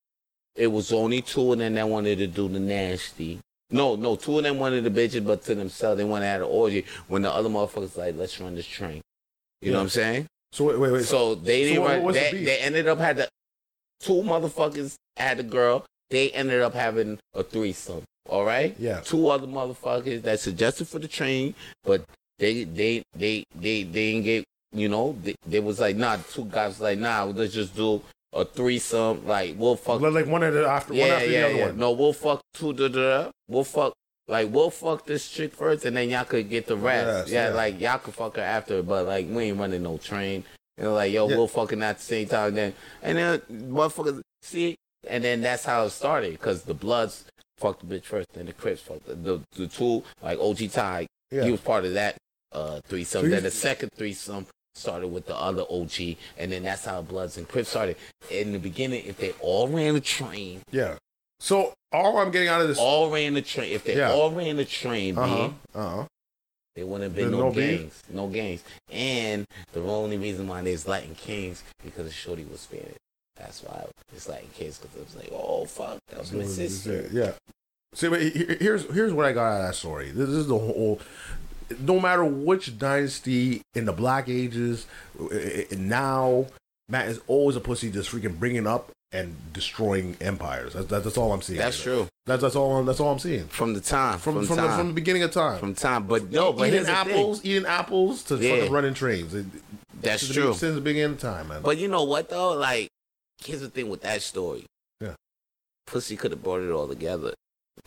B: It was only two of them that wanted to do the nasty. No, no, two of them wanted the bitches, but to themselves, they wanted to have an orgy when the other motherfuckers like, let's run this train. You know
C: Yeah.
B: what I'm saying?
C: So wait, wait, wait.
B: So they
C: So
B: didn't
C: what-
B: run.
C: what's the
B: They,
C: beef?
B: they ended up had the two motherfuckers had a girl. They ended up having a threesome. All right.
C: Yeah.
B: Two other motherfuckers that suggested for the train, but they they they they they didn't get. You know, they, they was like, nah. Two guys was like, nah. Let's just do a threesome. Like we'll fuck.
C: Like- like one of the after one
B: yeah,
C: after the
B: yeah,
C: other
B: yeah.
C: one.
B: No, we'll fuck two. Da, da, da. We'll fuck. Like we'll fuck this chick first, and then y'all could get the rest.
C: Yes,
B: yeah,
C: yeah.
B: like y'all could fuck her after, but like we ain't running no train. And like yo,
C: Yeah.
B: we'll fucking at the same time. Then and then motherfuckers see, and then that's how it started because the Bloods fucked the bitch first, then the Crips fucked the the, the two like OG Ty.
C: Yeah.
B: He was part of that uh threesome.
C: So you-
B: then the second threesome started with the other OG, and then that's how Bloods and Crips started. In the beginning, if they all ran a train
C: Yeah. So all I'm getting out of this.
B: all ran the train, if they
C: Yeah.
B: all ran the train,
C: Uh huh.
B: man,
C: Uh huh.
B: they wouldn't have been
C: There's
B: no,
C: no beef?
B: gangs. No gangs. And the only reason why there's Latin Kings because Shorty was Spanish. That's why it's Latin Kings because it was like, oh, fuck, that was my sister.
C: Yeah. See, but he- he- here's here's what I got out of that story. This is the whole. No matter which dynasty in the Black Ages, i- i- now Matt is always a pussy, just freaking bringing up and destroying empires. That's, that's, that's all I'm seeing.
B: That's true.
C: That's that's all. I'm- That's all I'm seeing
B: From the time.
C: from
B: From,
C: from, the,
B: time.
C: from the beginning of time.
B: from time. But no, Oh, but here's
C: eating
B: the thing.
C: apples, eating apples to
B: Yeah.
C: fucking running trains. It-
B: That's
C: since the
B: true.
C: be- Since the beginning of time, man.
B: But you know what though? Like, here's the thing with that story.
C: Yeah.
B: Pussy could have brought it all together.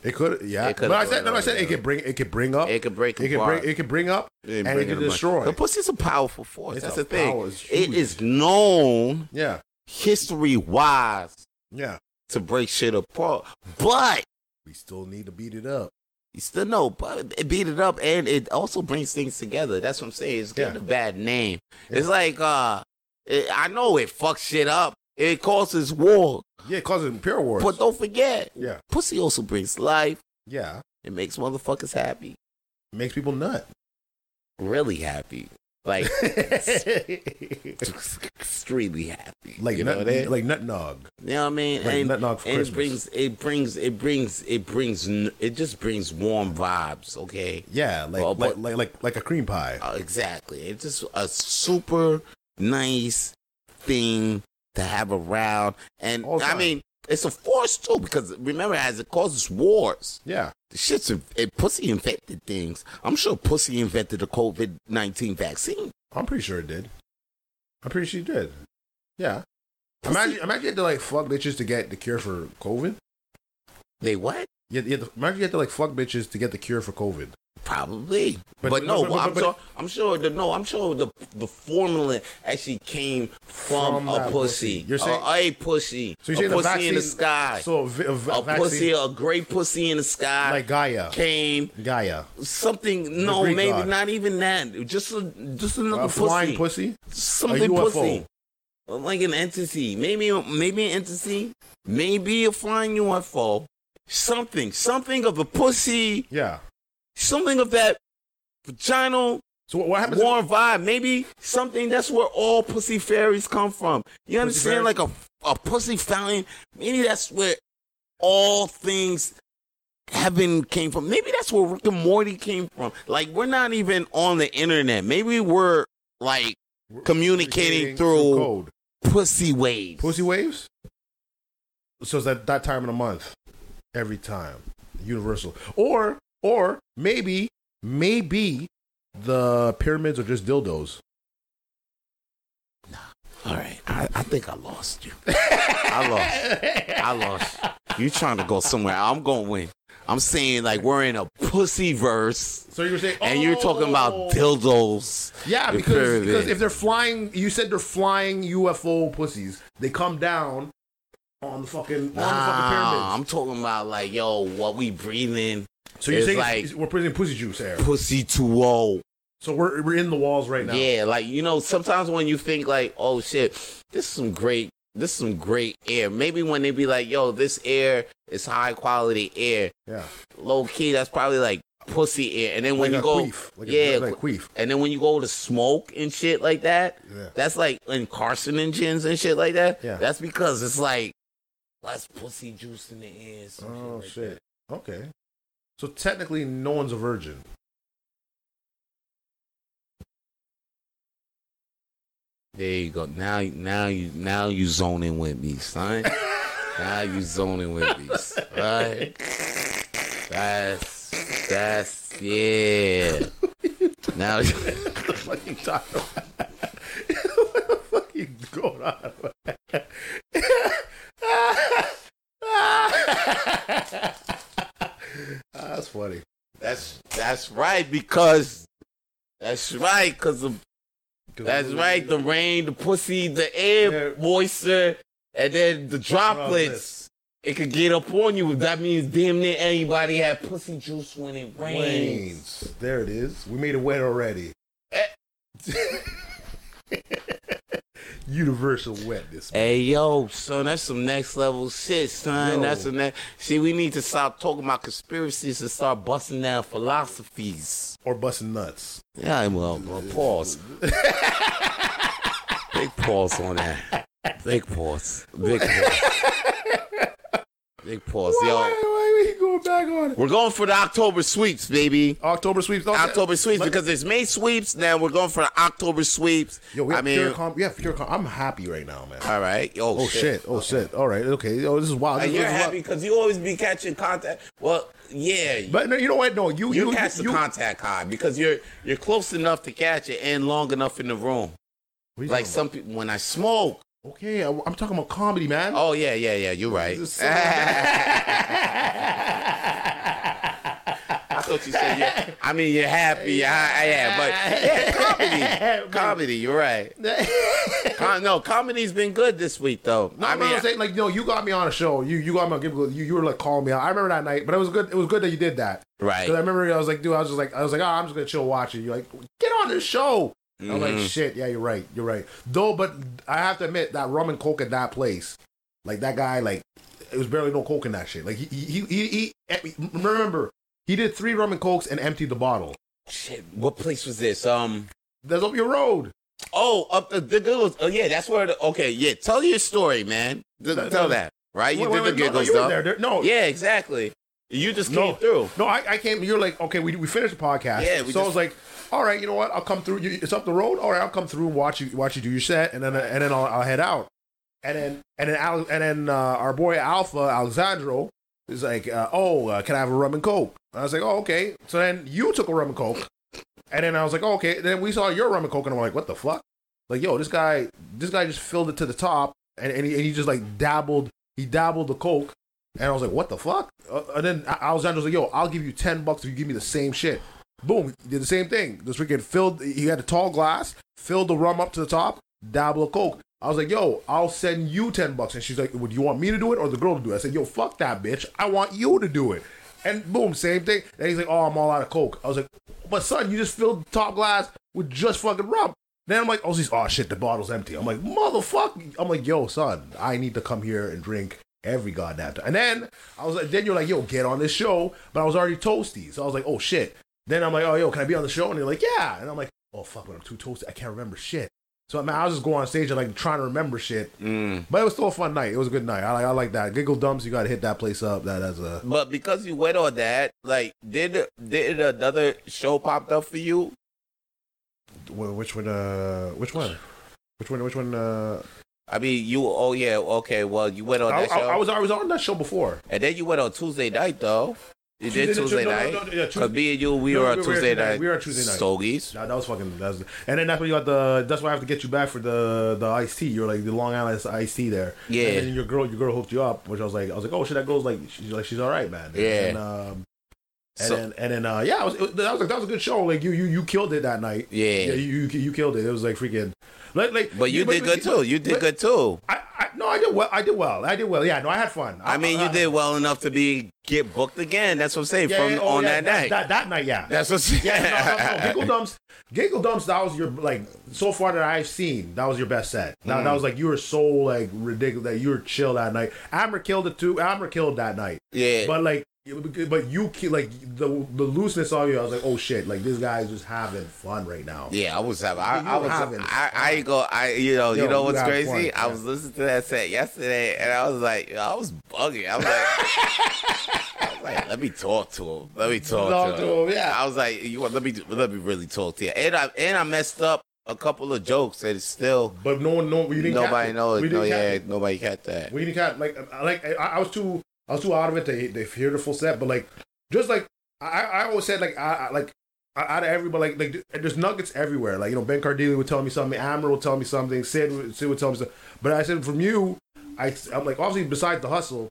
C: it could, yeah.
B: It could've
C: but I
B: gone
C: said, no, I
B: wrong,
C: said it
B: yeah.
C: could bring, it could bring up,
B: It
C: it
B: could break
C: could
B: apart.
C: bring, it could bring up.
B: It
C: and it
B: bring
C: could
B: apart.
C: destroy.
B: The pussy's a powerful force.
C: It's
B: That's
C: a
B: the thing.
C: power. It's
B: it
C: huge.
B: is known
C: Yeah,
B: history wise
C: yeah.
B: to break shit apart, but
C: We still need to beat it up.
B: you still know, but it beat it up, and it also brings things together. That's what I'm saying. It's getting
C: Yeah.
B: a bad name. It's like uh, it, I know it fucks shit up. It causes war,
C: Yeah, it causes imperial wars.
B: but don't forget,
C: yeah,
B: pussy also brings life.
C: yeah.
B: It makes motherfuckers happy,
C: It makes people nut.
B: really happy, like
C: like
B: extremely happy. you know
C: nut,
B: that?
C: like nut nog.
B: You know what I mean?
C: Like
B: and
C: Nutnog for
B: and it brings,
C: Christmas.
B: it brings, it brings, it brings, n- it just brings warm vibes. Okay,
C: Yeah, like
B: Well,
C: like,
B: but-
C: like like like a cream pie.
B: Uh, exactly. It's just a super nice thing to have around, and
C: All the
B: I
C: time.
B: mean, it's a force too because remember, as it causes wars,
C: Yeah,
B: the shit's in- it, pussy invented things. I'm sure pussy invented the COVID nineteen vaccine.
C: I'm pretty sure it did. I'm pretty sure it did. Yeah.
B: Pussy-
C: Imagine, imagine you had to like fuck bitches to get the cure for COVID.
B: They what?
C: You had, you had to, imagine you had to like fuck bitches to get the cure for COVID.
B: Probably.
C: But-
B: But, no,
C: but- but-
B: I'm,
C: but-
B: sure, I'm sure the no, I'm sure the the formula actually came from,
C: From
B: a
C: that
B: pussy.
C: pussy. You're saying-
B: a, a pussy.
C: So
B: a
C: you're saying the
B: pussy in the
C: vaccine-
B: sky.
C: So a, vi- a va-
B: a
C: vaccine,
B: pussy, a great pussy in the sky
C: like Gaia,
B: came
C: Gaia,
B: something no,
C: Greek
B: maybe
C: god.
B: not even that. Just a, just another
C: a
B: pussy.
C: flying pussy.
B: Something
C: UFO.
B: pussy. Like an entity. Maybe maybe an entity. Maybe a flying UFO. Something. Something of a pussy
C: Yeah.
B: something of that vaginal
C: So what, what happens?
B: warm vibe. Maybe something that's where all pussy fairies come from. You understand? Like
C: fairies?
B: a a pussy fountain. Maybe that's where all things heaven came from. Maybe that's where Rick and Morty came from. Like we're not even on the internet. Maybe we're like
C: We're
B: communicating
C: through
B: through
C: code,
B: pussy waves.
C: pussy waves. So it's that that time of the month, every time, universal. Or or maybe maybe the pyramids are just dildos.
B: All right, I, I think I lost you. I lost. I lost. You trying to go somewhere? I'm going to win. I'm saying like we're in a pussy verse,
C: So you were saying,
B: and you're talking about
C: oh.
B: dildos.
C: Yeah,
B: The
C: because,
B: pyramid.
C: because if they're flying, you said they're flying UFO pussies. They come down on the fucking on the fucking
B: nah,
C: pyramids.
B: I'm talking about like yo, what we breathing?
C: So you're
B: it's
C: saying
B: like-
C: it's- we're putting pussy juice there.
B: Pussy too old.
C: So we're we're in the walls right now.
B: Yeah, like you know, sometimes when you think like, oh shit, this is some great, this is some great air. Maybe when they be like, yo, this air is high quality air.
C: Yeah.
B: Low key, that's probably like pussy air. And then when
C: Like
B: you
C: a
B: go,
C: queef. Like a-
B: yeah,
C: like a queef.
B: And then when you go to smoke and shit like that,
C: Yeah.
B: that's like in carcinogens and shit like that.
C: Yeah.
B: That's because it's like less pussy juice in the air. some
C: Oh
B: like
C: shit.
B: that.
C: Okay. So technically, no one's a virgin.
B: There you go. Now, now you, now you zoning with me, son. now you zoning with me, son. Right? That's that's yeah. now
C: What are you talking about? what the fuck you going on? Ah, That's funny.
B: that's that's right because that's right because the
C: 'Cause
B: That's right. The rain, the pussy, the air
C: Yeah.
B: moisture, and then the droplets. It could get up on you. That means damn near anybody had pussy juice when it rains.
C: Wayne's. There it is. We made it wet already. Universal wetness.
B: Hey yo, son, that's some next level shit, son.
C: Yo.
B: That's some next. See, we need to stop talking about conspiracies and start busting down philosophies.
C: Or busting nuts.
B: Yeah, well, well pause. Big pause on that. Big pause. Big pause. Big pause, yo.
C: why are you going Dag on it.
B: We're going for the October sweeps, baby.
C: October sweeps. No,
B: October sweeps
C: let-
B: because there's May sweeps. Now we're going for the October sweeps.
C: Yo, we
B: I
C: have
B: mean,
C: pure comp. We have pure comp. I'm happy right now, man.
B: all right. Oh,
C: Oh
B: shit.
C: shit. Oh shit. All right. Okay. Oh, this is wild. This
B: And
C: is
B: you're
C: wild.
B: happy because you always be catching contact. Well, yeah,
C: But no, you know what? No, you
B: you,
C: you
B: catch the
C: you-
B: contact high because you're you're close enough to catch it and long enough in the room.
C: What are you
B: Like
C: talking
B: some people, when I smoke.
C: about? Okay, I, am talking about comedy, man.
B: Oh yeah, yeah, yeah. You're right.
C: This is so-
B: I thought you said yeah. I mean, you're happy. Yeah, yeah, but yeah, comedy, comedy. You're right. Com- no, comedy's been good this week though.
C: No,
B: I
C: no,
B: mean,
C: I'm saying like no, you got me on a show. You you got me on Give- you you were like calling me out. I remember that night, but it was good. It was good that you did that
B: right.
C: because I remember I was like, dude, I was just like, I was like, oh, I'm just gonna chill watch it. You're like, get on this show. I'm
B: Mm-hmm.
C: like, shit, yeah, you're right, you're right. Though, but I have to admit that rum and coke at that place, like that guy, like it was barely no coke in that shit. Like he he he, he, he remember he did three rum and cokes and emptied the bottle.
B: Shit, what place was this? Um.
C: That's up your road.
B: Oh, up the, the giggles. Oh, yeah, that's where. The, okay, yeah. Tell your story, man. Th-
C: No,
B: tell
C: no.
B: that. Right? You
C: Wait,
B: did
C: wait,
B: the
C: wait, no, no,
B: giggles
C: you were
B: stuff.
C: there, there- no,
B: Yeah, exactly. You just
C: No.
B: came through.
C: No, I, I came. You're like, okay, we, we finished the podcast.
B: Yeah,
C: Yeah.
B: we
C: so I
B: just-
C: was like, all right, you know what? I'll come through. You, it's up the road. All right, I'll come through and watch you watch you do your set, and then and then I'll, I'll head out. And then and then Al, and then uh, our boy Alpha Alexandro is like, uh, oh, uh, can I have a rum and coke? And I was like, oh, okay. So then you took a rum and coke, and then I was like, oh, okay. Then we saw your rum and coke, and I'm like, what the fuck? Like, yo, this guy, this guy just filled it to the top, and and he, and he just like dabbled, he dabbled the coke. And I was like, what the fuck? Uh, and then A- Alexander was like, yo, I'll give you 10 bucks if you give me the same shit. Boom, he did the same thing. This freaking filled, he had a tall glass, filled the rum up to the top, dabble of Coke. I was like, yo, I'll send you 10 bucks. And she's like, would you want me to do it or the girl to do it? I said, yo, fuck that bitch. I want you to do it. And boom, same thing. And he's like, oh, I'm all out of Coke. I was like, but son, you just filled the top glass with just fucking rum. Then I'm like, oh, she's, oh shit, the bottle's empty. I'm like, motherfucker. I'm like, yo, son, I need to come here and drink every goddamn time. And then I was like, then you're like, yo, get on this show. But I was already toasty. So I was like, oh shit. Then I'm like, oh, yo, can I be on the show? And they're like, yeah. And I'm like, oh, fuck, but I'm too toasty. I can't remember shit. So I, mean, I was just going on stage and like trying to remember shit. But it was still a fun night. It was a good night. I like, I like that. Giggle Dumps, you got to hit that place up. That, that's a.
B: But because you went on that, like, did did another show popped up for you?
C: wh- Which one? Uh, which one? Which one? Which one? Uh,
B: I mean, you. Oh yeah. Okay. Well, you went on
C: I,
B: that
C: I,
B: show,
C: I was I was on that show before.
B: and then you went on Tuesday night though. You did
C: Tuesday-
B: Tuesday
C: no, no,
B: night.
C: no, no, yeah,
B: Cause
C: Tuesday-
B: me and you, we
C: No,
B: were
C: we
B: on
C: were
B: Tuesday
C: Tuesday night.
B: night.
C: We were on Tuesday night.
B: Stogies.
C: Nah, that was fucking. That's and then that's when you got the. That's why I have to get you back for the the iced tea. You're like the Long Island iced tea there.
B: Yeah.
C: And then your girl, your girl hooked you up, which I was like, I was like, oh shit, that girl's like, she's like, she's all right, man.
B: Yeah.
C: And, um, and
B: So-
C: then and then uh, yeah, it was, it, that was like that was a good show. Like you you you killed it that night.
B: Yeah.
C: Yeah. You you, you killed it. It was like freaking. Like, like,
B: But you did good too. You did
C: but-
B: good too.
C: I, I no, I did well. I did well. I did well. Yeah, no, I had fun.
B: I mean, you did well enough to be get booked again. That's what I'm saying.
C: Yeah,
B: From
C: yeah, oh,
B: on
C: yeah,
B: that night.
C: That, that night, yeah.
B: That's what.
C: yeah, no, no, no. Giggle dumps, giggle dumps. That was your like so far that I've seen. That was your best set. That,
B: Mm.
C: that was like you were so like ridiculous that you were chill that night. Amber killed it too. Amber killed that night,
B: yeah.
C: but like, but you ki- like the the looseness of you. I was like, oh shit, like this guy's just having fun right now.
B: Yeah, I was having. I,
C: You
B: I was.
C: having
B: I, I ain't go. I you know. you
C: Yo,
B: know
C: you
B: what's
C: have
B: crazy?
C: fun,
B: I
C: yeah.
B: was listening to that set yesterday, and I was like, yo, I was bugging. I was like, I was like, let me talk to him. Let me talk,
C: Talk
B: to,
C: to
B: him.
C: him, yeah.
B: I was like, you want- let me do- let me really talk to you. And I and I messed up a couple of jokes, and it's still
C: But no one, no, we didn't. catch
B: nobody
C: it.
B: knows.
C: We
B: No,
C: didn't catch
B: yeah,
C: it.
B: nobody got that.
C: We didn't catch like I- like I, I was too I was too out of it to, to hear the full set, but like just like I, I always said like I, I like out of everybody like like there's nuggets everywhere. Like you know Ben Cardilli would tell me something, Amber would tell me something, Sid would, Sid would tell me something. But I said from you, I I'm like obviously besides the hustle.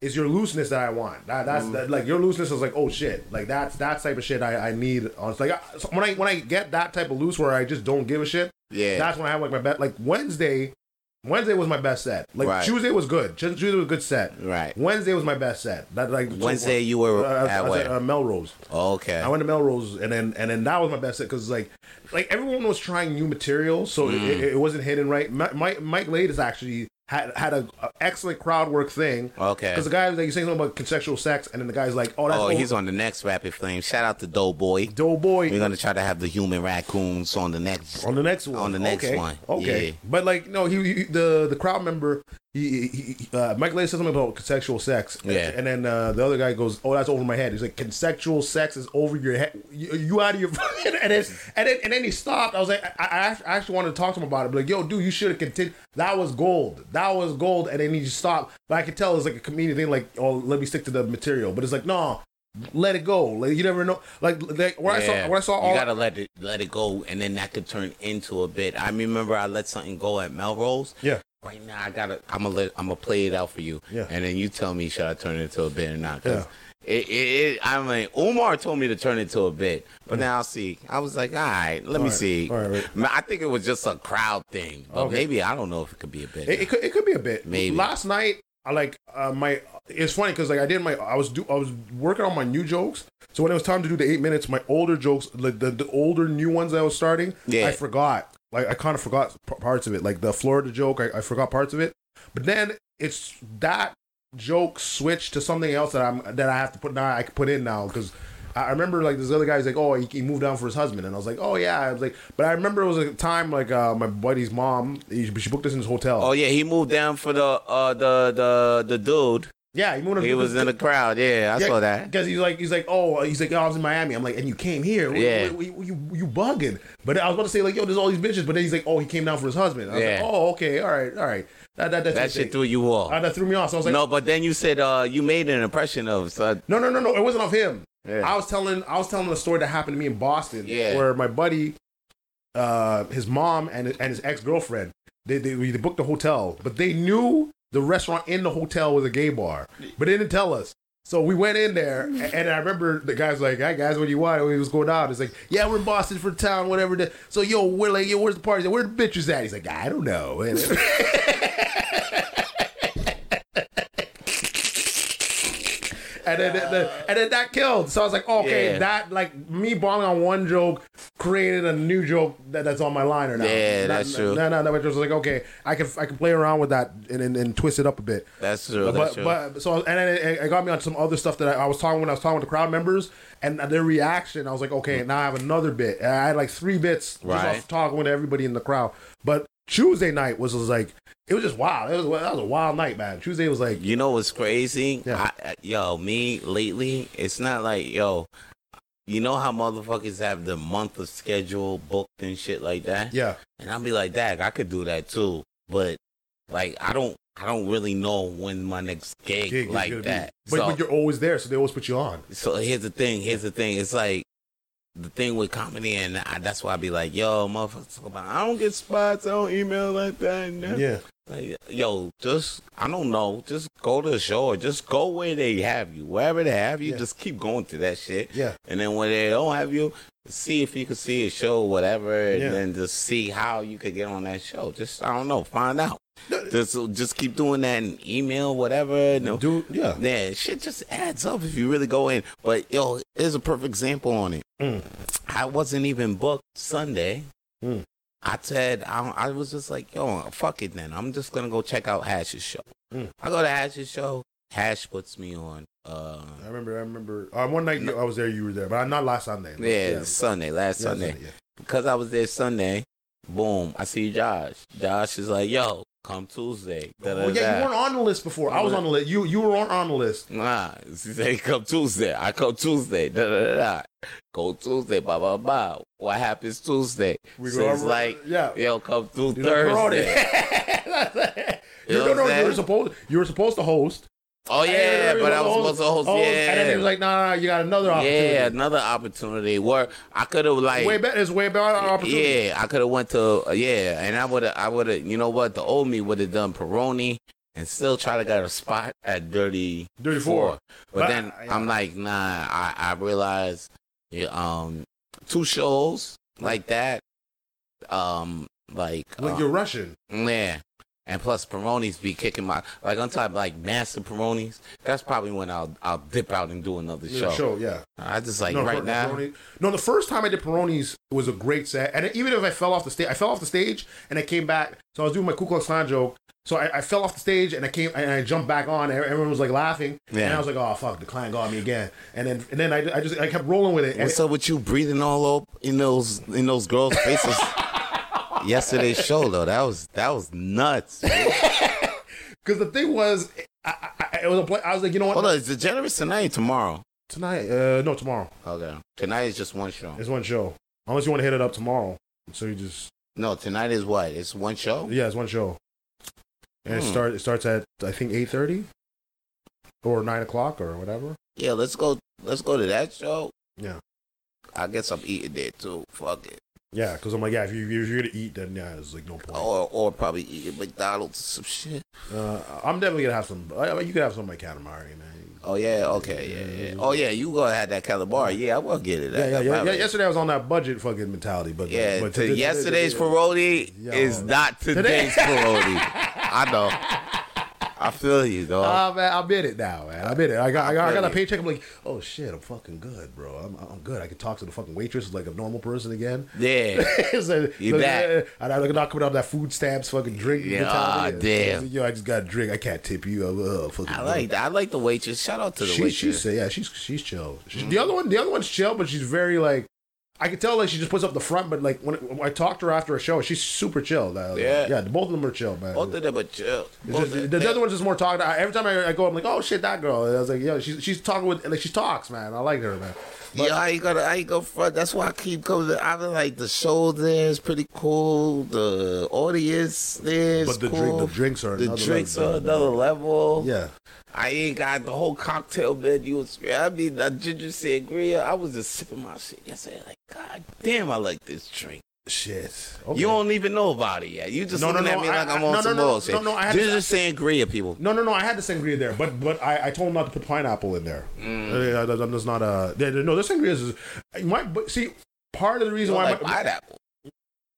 C: Is your looseness that I want? That, that's that, like your looseness is like oh shit, like that's that type of shit I, I need. Honestly, like I, so when I when I get that type of loose where I just don't give a shit,
B: Yeah.
C: that's when I have like my best. Like Wednesday, Wednesday was my best set. Like
B: Right.
C: Tuesday was good. Tues- Tuesday was a good set.
B: Right.
C: Wednesday was my best set. That like
B: Wednesday you were
C: Uh, I- I
B: at
C: was
B: where?
C: at, uh, Melrose.
B: okay.
C: I went to Melrose, and then and then that was my best set because like like everyone was trying new material, so
B: Mm.
C: it, it wasn't hidden right. Mi- Mike Mike Lade is actually had had a, a excellent crowd work thing.
B: Okay.
C: because the guy was like saying something about consensual sex, and then the guy's like, oh that's
B: Oh,
C: over-
B: he's on the next rapid flame. Shout out to Doughboy.
C: Doughboy.
B: We're gonna try to have the human raccoons on the next
C: on the next one.
B: On the next
C: okay.
B: one.
C: Okay.
B: Yeah.
C: But like no, he, he- the the crowd member he, he, he- uh, Mike Lay says something about consensual sex.
B: Yeah.
C: And then uh, the other guy goes, "Oh, that's over my head." He's like, "Consensual sex is over your head. You, you out of your." and then and then and then he stopped. I was like, I, I, act- I actually wanted to talk to him about it. But like, yo, dude, you should have continued. That was gold. That was gold. And then he just stopped. But I could tell it's like a comedian thing. Like, oh, let me stick to the material. But it's like, no, let it go. Like, you never know. Like, like when I
B: Yeah.
C: saw when I saw all
B: you gotta let it let it go, and then that could turn into a bit. I remember I let something go at Melrose.
C: Yeah.
B: Right now I gotta I'm gonna let I'm gonna play it out for you.
C: Yeah.
B: And then you tell me should I turn it into a bit or not? 'cause It, it, it, I mean, Umar told me to turn it to a bit, but now I'll see. I was like, all right, let me
C: right,
B: see.
C: all right,
B: Ma- I think it was just a crowd thing, but
C: Okay.
B: maybe I don't know if it could be a bit.
C: It, it could it could be a bit.
B: Maybe.
C: last night, I like uh, my. It's funny because like I did my I was do I was working on my new jokes. So when it was time to do the eight minutes, my older jokes, the the, the older new ones I was starting,
B: Yeah.
C: I forgot. Like I kind of forgot p- parts of it, like the Florida joke. I, I forgot parts of it, but then it's that joke switched to something else that I'm that I have to put now. I can put in now because. I I remember like this other guy's like, oh, he, he moved down for his husband, and I was like, oh yeah, I was like, but I remember it was a time like uh, my buddy's mom, he, she booked us in his hotel.
B: oh yeah, he moved down for the uh the the the dude.
C: Yeah, he moved.
B: He was in the crowd. Yeah, I saw that.
C: because he's like he's like oh he's like oh, I was in Miami. I'm like and you came here. What-
B: Yeah.
C: what- what- you, you bugging. But I was about to say like yo, there's all these bitches. But then he's like oh he came down for his husband. I was
B: Yeah.
C: like oh okay all right all right that that, that's
B: That
C: his
B: shit
C: thing.
B: threw you off.
C: Uh, that threw me off. So I was like no
B: no, but then you said uh, you made an impression of. So,
C: no no no, it wasn't off him.
B: Yeah.
C: I was telling I was telling a story that happened to me in Boston
B: Yeah.
C: where my buddy, uh, his mom and and his ex girlfriend they, they they booked a hotel, but they knew the restaurant in the hotel was a gay bar, but they didn't tell us. So we went in there, a- and I remember the guys like, "Hey guys, what do you want?" And we was going out. It's like, "Yeah, we're in Boston for town, whatever." the- So yo, we're like, "Yo, where's the party? Where the bitches at?" He's like, "I don't know." And- And then, the- and then that killed. So I was like, "Oh, okay,
B: Yeah.
C: that like me bombing on one joke created a new joke that, that's on my liner now.
B: Yeah, that's true.
C: No, no, no. It was like okay, I can I can play around with that and and, and twist it up a bit.
B: that's true. that's
C: But,
B: true.
C: but so and then it, it got me on some other stuff that I, I was talking when I was talking with the crowd members and their reaction. I was like, okay, now I have another bit. And I had like three bits
B: Mm. Right.
C: just off talking with everybody in the crowd. But Tuesday night was, was like it was just wild. It was that was a wild night, man. Tuesday was like
B: you know what's crazy?
C: Yeah.
B: I, I- yo, me lately, it's not like yo. You know how motherfuckers have the month of schedule booked and shit like that.
C: yeah,
B: And I'll be like, Dag, I could do that too, but like I don't, I don't really know when my next gig,
C: gig is
B: like
C: gonna be-
B: that.
C: But,
B: So-
C: but you're always there, so they always put you on.
B: so here's the thing. Here's the thing. It's like the thing with comedy, and I, that's why I be like, yo, motherfuckers, talk about, I don't get spots. I don't email like that. nah." Like, yo, just I don't know. Just go to the show, or just go where they have you, wherever they have you.
C: Yeah.
B: Just keep going to that shit.
C: Yeah.
B: And then when they don't have you, see if you can see a show, whatever,
C: Yeah.
B: and then just see how you could get on that show. Just I don't know, find out. Just just keep doing that and email whatever. and then-
C: dude. Yeah,
B: yeah, shit just adds up if you really go in. But yo, there's a perfect example on it.
C: Mm.
B: I wasn't even booked Sunday.
C: Mm.
B: I said I, I was just like, yo, fuck it then. I'm just gonna go check out Hash's show.
C: Mm.
B: I go to Hash's show. Hash puts me on. Uh,
C: I remember. I remember. Uh, one night you, I was there, you were there, but not last Sunday.
B: yeah, Sunday, last Sunday.
C: yeah.
B: because I was there Sunday. Boom, I see Josh. Josh is like, yo, come Tuesday. Da, da,
C: Well, Oh, yeah,
B: da.
C: you weren't on the list before. I was on the list. You you were on on the list.
B: Nah, she say come Tuesday. I come Tuesday. Da, da, da, da. Go Tuesday. Blah blah blah. What happens Tuesday?
C: We
B: so
C: go
B: it's
C: over-
B: like
C: yeah.
B: yo, come through
C: You're not promoted.
B: Thursday. You
C: You
B: know
C: no,
B: what I'm
C: no, you
B: saying?
C: were supposed you were supposed to host.
B: Oh yeah, but I was supposed to host. yeah,
C: and then he was like, "Nah, nah, you got another opportunity.
B: yeah, another opportunity where I could have like
C: way better. It's way better opportunity.
B: Yeah, I could have went to yeah, and I would have I would have you know what the old me would have done Peroni and still try to get a spot at Dirty
C: Dirty
B: Four,
C: Four.
B: but,
C: But
B: then
C: I-
B: I'm like nah, I I realized yeah, um two shows like that, um like,
C: Like
B: uh,
C: you're Russian.
B: yeah. And plus, Peronis be kicking my like on top like master Peronis. That's probably when I'll I'll dip out and do another
C: Show.
B: show.
C: show, yeah.
B: I just like
C: no,
B: right
C: Peroni-
B: now.
C: Peroni- no, the first time I did Peroni's was a great set, and even if I fell off the stage, I fell off the stage and I came back. So I was doing my Ku Klux Klan joke. So I, I fell off the stage and I came and I jumped back on. and Everyone was like laughing, and
B: Yeah.
C: I was like, "Oh fuck, the Klan got me again." And then and then I, I just I kept rolling with it. And
B: What's up with you breathing all up in those in those girls' faces? Yesterday's show though, that was that was nuts.
C: Because the thing was, I, I, I- it was a play. I was like, you know what?
B: Hold on, is DeGeneres tonight or tomorrow?
C: Tonight, uh, no, tomorrow.
B: Okay. Tonight is just one show.
C: It's one show. Unless you want to hit it up tomorrow. So you just
B: No, tonight is what? It's one show?
C: yeah, it's one show. And it
B: Hmm.
C: start it starts at I think eight thirty or nine o'clock or whatever.
B: Yeah, let's go let's go to that show.
C: Yeah.
B: I guess I'm eating there too. Fuck it.
C: Yeah, because I'm like, yeah, if, you, if you're gonna eat, then yeah, it's like no point.
B: Or or probably eating McDonald's or some shit.
C: Uh, I'm definitely gonna have some. I, I- you could have some like calamari, man.
B: Oh yeah, okay, yeah, yeah. Oh yeah, you gonna have that calamari. Yeah, I will get it.
C: Yeah, yeah, yeah, yeah.
B: Probably.
C: Yesterday I was on that budget fucking mentality, but
B: Yeah,
C: but
B: to
C: today-
B: yesterday's
C: today-
B: parody
C: Yo.
B: is not today's parody. I know. I feel you, though.
C: Ah man, I bit it now, man. I bit it. I got, I got, I got a
B: Yeah.
C: paycheck. I'm like, oh shit, I'm fucking good, bro. I'm, I'm good. I can talk to the fucking waitress like a normal person again.
B: yeah.
C: so,
B: You
C: so,
B: back.
C: uh, and I'm not coming up with that food stamps, fucking drink.
B: Yeah,
C: mentality.
B: aw, damn.
C: Yo, I just got a drink. I can't tip you. Uh, uh, fucking
B: I like that. I like the waitress. Shout out to the
C: She, she
B: waitress. Mm-hmm.
C: said, yeah, she's she's chill. She, The other one, the other one's chill, but she's very like, I could tell like she just puts up the front, but like when, when I talked to her after a show, she's super chill. Uh,
B: Yeah.
C: yeah, both of them are chill, man.
B: Both of them are chill.
C: It's
B: Both
C: just-
B: of
C: the,
B: them-
C: the other one's just more talking. I, every time I, I go, I'm like, oh shit, that girl. And I was like, yo, she's she's talking with like she talks, man. I like her, man.
B: yeah, I ain't gonna, I ain't gonna front. That's why I keep coming. I mean, like the show there is pretty cool. The audience there is
C: But the
B: cool.
C: drink, the drinks are
B: the
C: another
B: drinks
C: level.
B: are another level.
C: Yeah,
B: I ain't got the whole cocktail menu. I mean, the ginger sangria. I was just sipping my shit yesterday. Like, god damn, I like this drink.
C: shit.
B: You
C: Okay.
B: don't even know about it yet. You just
C: No, no,
B: looking at
C: no,
B: me
C: I-
B: like I'm
C: I-
B: on
C: no, no,
B: some
C: no,
B: bullshit.
C: no, no, I had
B: This
C: to-
B: is sangria, people.
C: No, no, no. I had the sangria there, but but I, I told him not to put pineapple in there.
B: Mm.
C: Uh, that- that- That's not a there- there- no. The sangria is my but see part of the reason
B: I
C: why
B: like
C: my-
B: pineapple.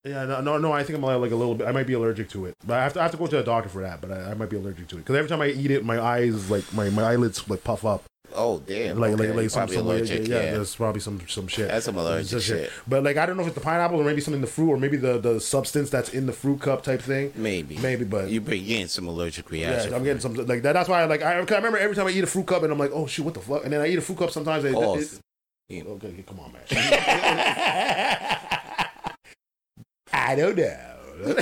C: yeah no, no no I think I'm like a little bit I might be allergic to it. But I have to I have to go to the doctor for that. But I, I might be allergic to it because every time I eat it, my eyes like my, my eyelids like puff up.
B: Oh damn!
C: like
B: okay.
C: like like some,
B: Probably
C: some
B: allergic.
C: yeah,
B: Yeah,
C: there's probably some some shit.
B: That's some allergic
C: Some
B: shit.
C: But like I don't know if it's the pineapple or maybe something in the fruit or maybe the the substance that's in the fruit cup type thing.
B: maybe.
C: Maybe, but
B: you been getting some allergic
C: Yeah,
B: reaction.
C: I'm getting some like that. That's why I like I, 'cause I remember every time I eat a fruit cup and I'm like, oh shoot, what the fuck? And then I eat a fruit cup sometimes. It,
B: Oh,
C: it-
B: you know.
C: okay, come on, man. I don't know.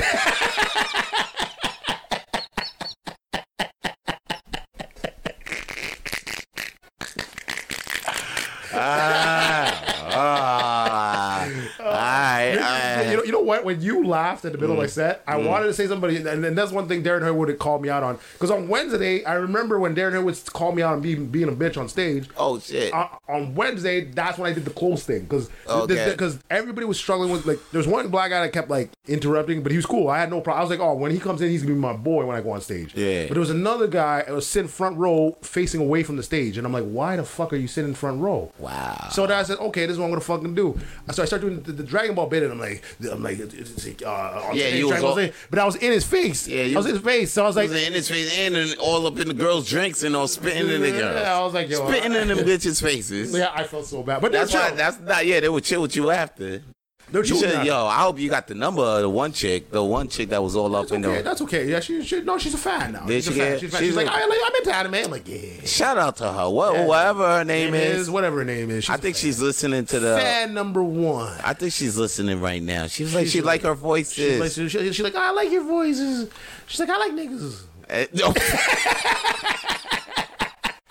B: ah, ah, all right, all right.
C: you, know, you know what? When you laughed at the middle of my set, I wanted to say somebody, and, and that's one thing Darren Hood would call me out on. Because on Wednesday, I remember when Darren Hood would call me out on being being a bitch on stage.
B: oh shit!
C: on, uh, on Wednesday, that's when I did the close thing because
B: Okay.
C: because everybody was struggling with like there was one black guy that kept like interrupting, but he was cool. I had no problem. I was like, oh, when he comes in, he's gonna be my boy when I go on stage.
B: Yeah.
C: But there was another guy that was sitting front row, facing away from the stage, and I'm like, why the fuck are you sitting front row?
B: wow.
C: So then I said, okay, this is what I'm gonna fucking do. So I started doing the, the Dragon Ball bit, and I'm like, I'm like, it's like, uh, on
B: Yeah,
C: stage,
B: you was
C: Dragon Ball
B: all-
C: stage. but I was in his face.
B: Yeah, you-
C: I was in his face. So I was
B: It
C: like,
B: was in his face and in- all up in the girls' drinks and all spitting in the girls.
C: Yeah, I was like, yo,
B: spitting in them bitches' faces.
C: yeah, I felt so bad. But
B: That's
C: they're
B: why.
C: chill.
B: That's not. Yeah, they would chill with you after.
C: they're
B: You
C: chill
B: should,
C: now.
B: yo, I hope you got the number of the one chick, the one chick that was all up in
C: Okay,
B: the.
C: that's okay. Yeah, she, she no, she's a fan now.
B: Did
C: she's,
B: she
C: a fan.
B: get-
C: she's a fan.
B: she's
C: She's like,
B: a-
C: I, like, I'm into anime. I'm like, yeah.
B: Shout out to her. What, whatever her name, is,
C: whatever her name is. She's
B: I think
C: a fan.
B: she's uh, listening to the.
C: fan number one.
B: I think she's listening right now. She was like, she like her voices.
C: She's like, she- she- she's like, I like your voices. She's like, I like niggas.
B: Eh, no.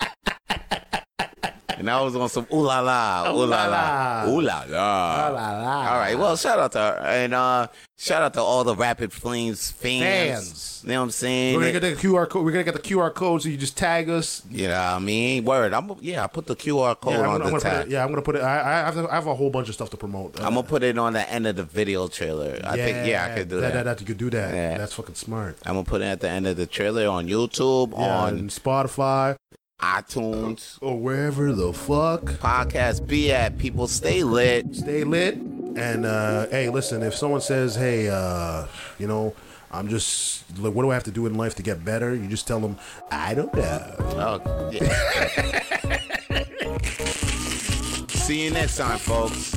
B: and I was on some ooh la la, ooh la la, ooh la la.
C: La, la, la.
B: All right. Well, shout out to her. And uh, shout out to all the Rapid Flames fans.
C: Fans.
B: You know what I'm saying?
C: We're gonna get the QR code. We're gonna get the QR code, so you just tag us.
B: you know what I mean? Word. I'm, yeah, I put the QR code
C: Yeah,
B: on
C: I'm, gonna, I'm
B: the
C: gonna put
B: tab.
C: it, yeah, I'm gonna put it. I, I, have, I have a whole bunch of stuff to promote.
B: I'm going to put it on the end of the video trailer. I think, yeah, I could do that.
C: You could do that.
B: Yeah.
C: That's fucking smart.
B: I'm going to put it at the end of the trailer on YouTube,
C: Yeah,
B: on
C: and Spotify
B: iTunes,
C: or wherever the fuck.
B: podcast. Be at people. Stay lit.
C: stay lit and uh, hey listen if someone says hey uh, you know i'm just like, what do i have to do in life to get better you just tell them i don't know
B: Oh, yeah. See you next time, folks.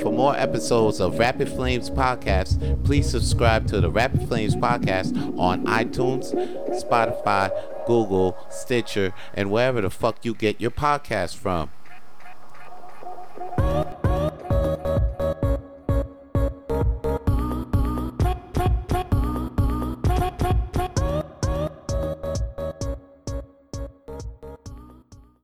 B: For more episodes of Rapid Flames Podcast, please subscribe to the Rapid Flames Podcast on iTunes, Spotify, Google, Stitcher, and wherever the fuck you get your podcast from.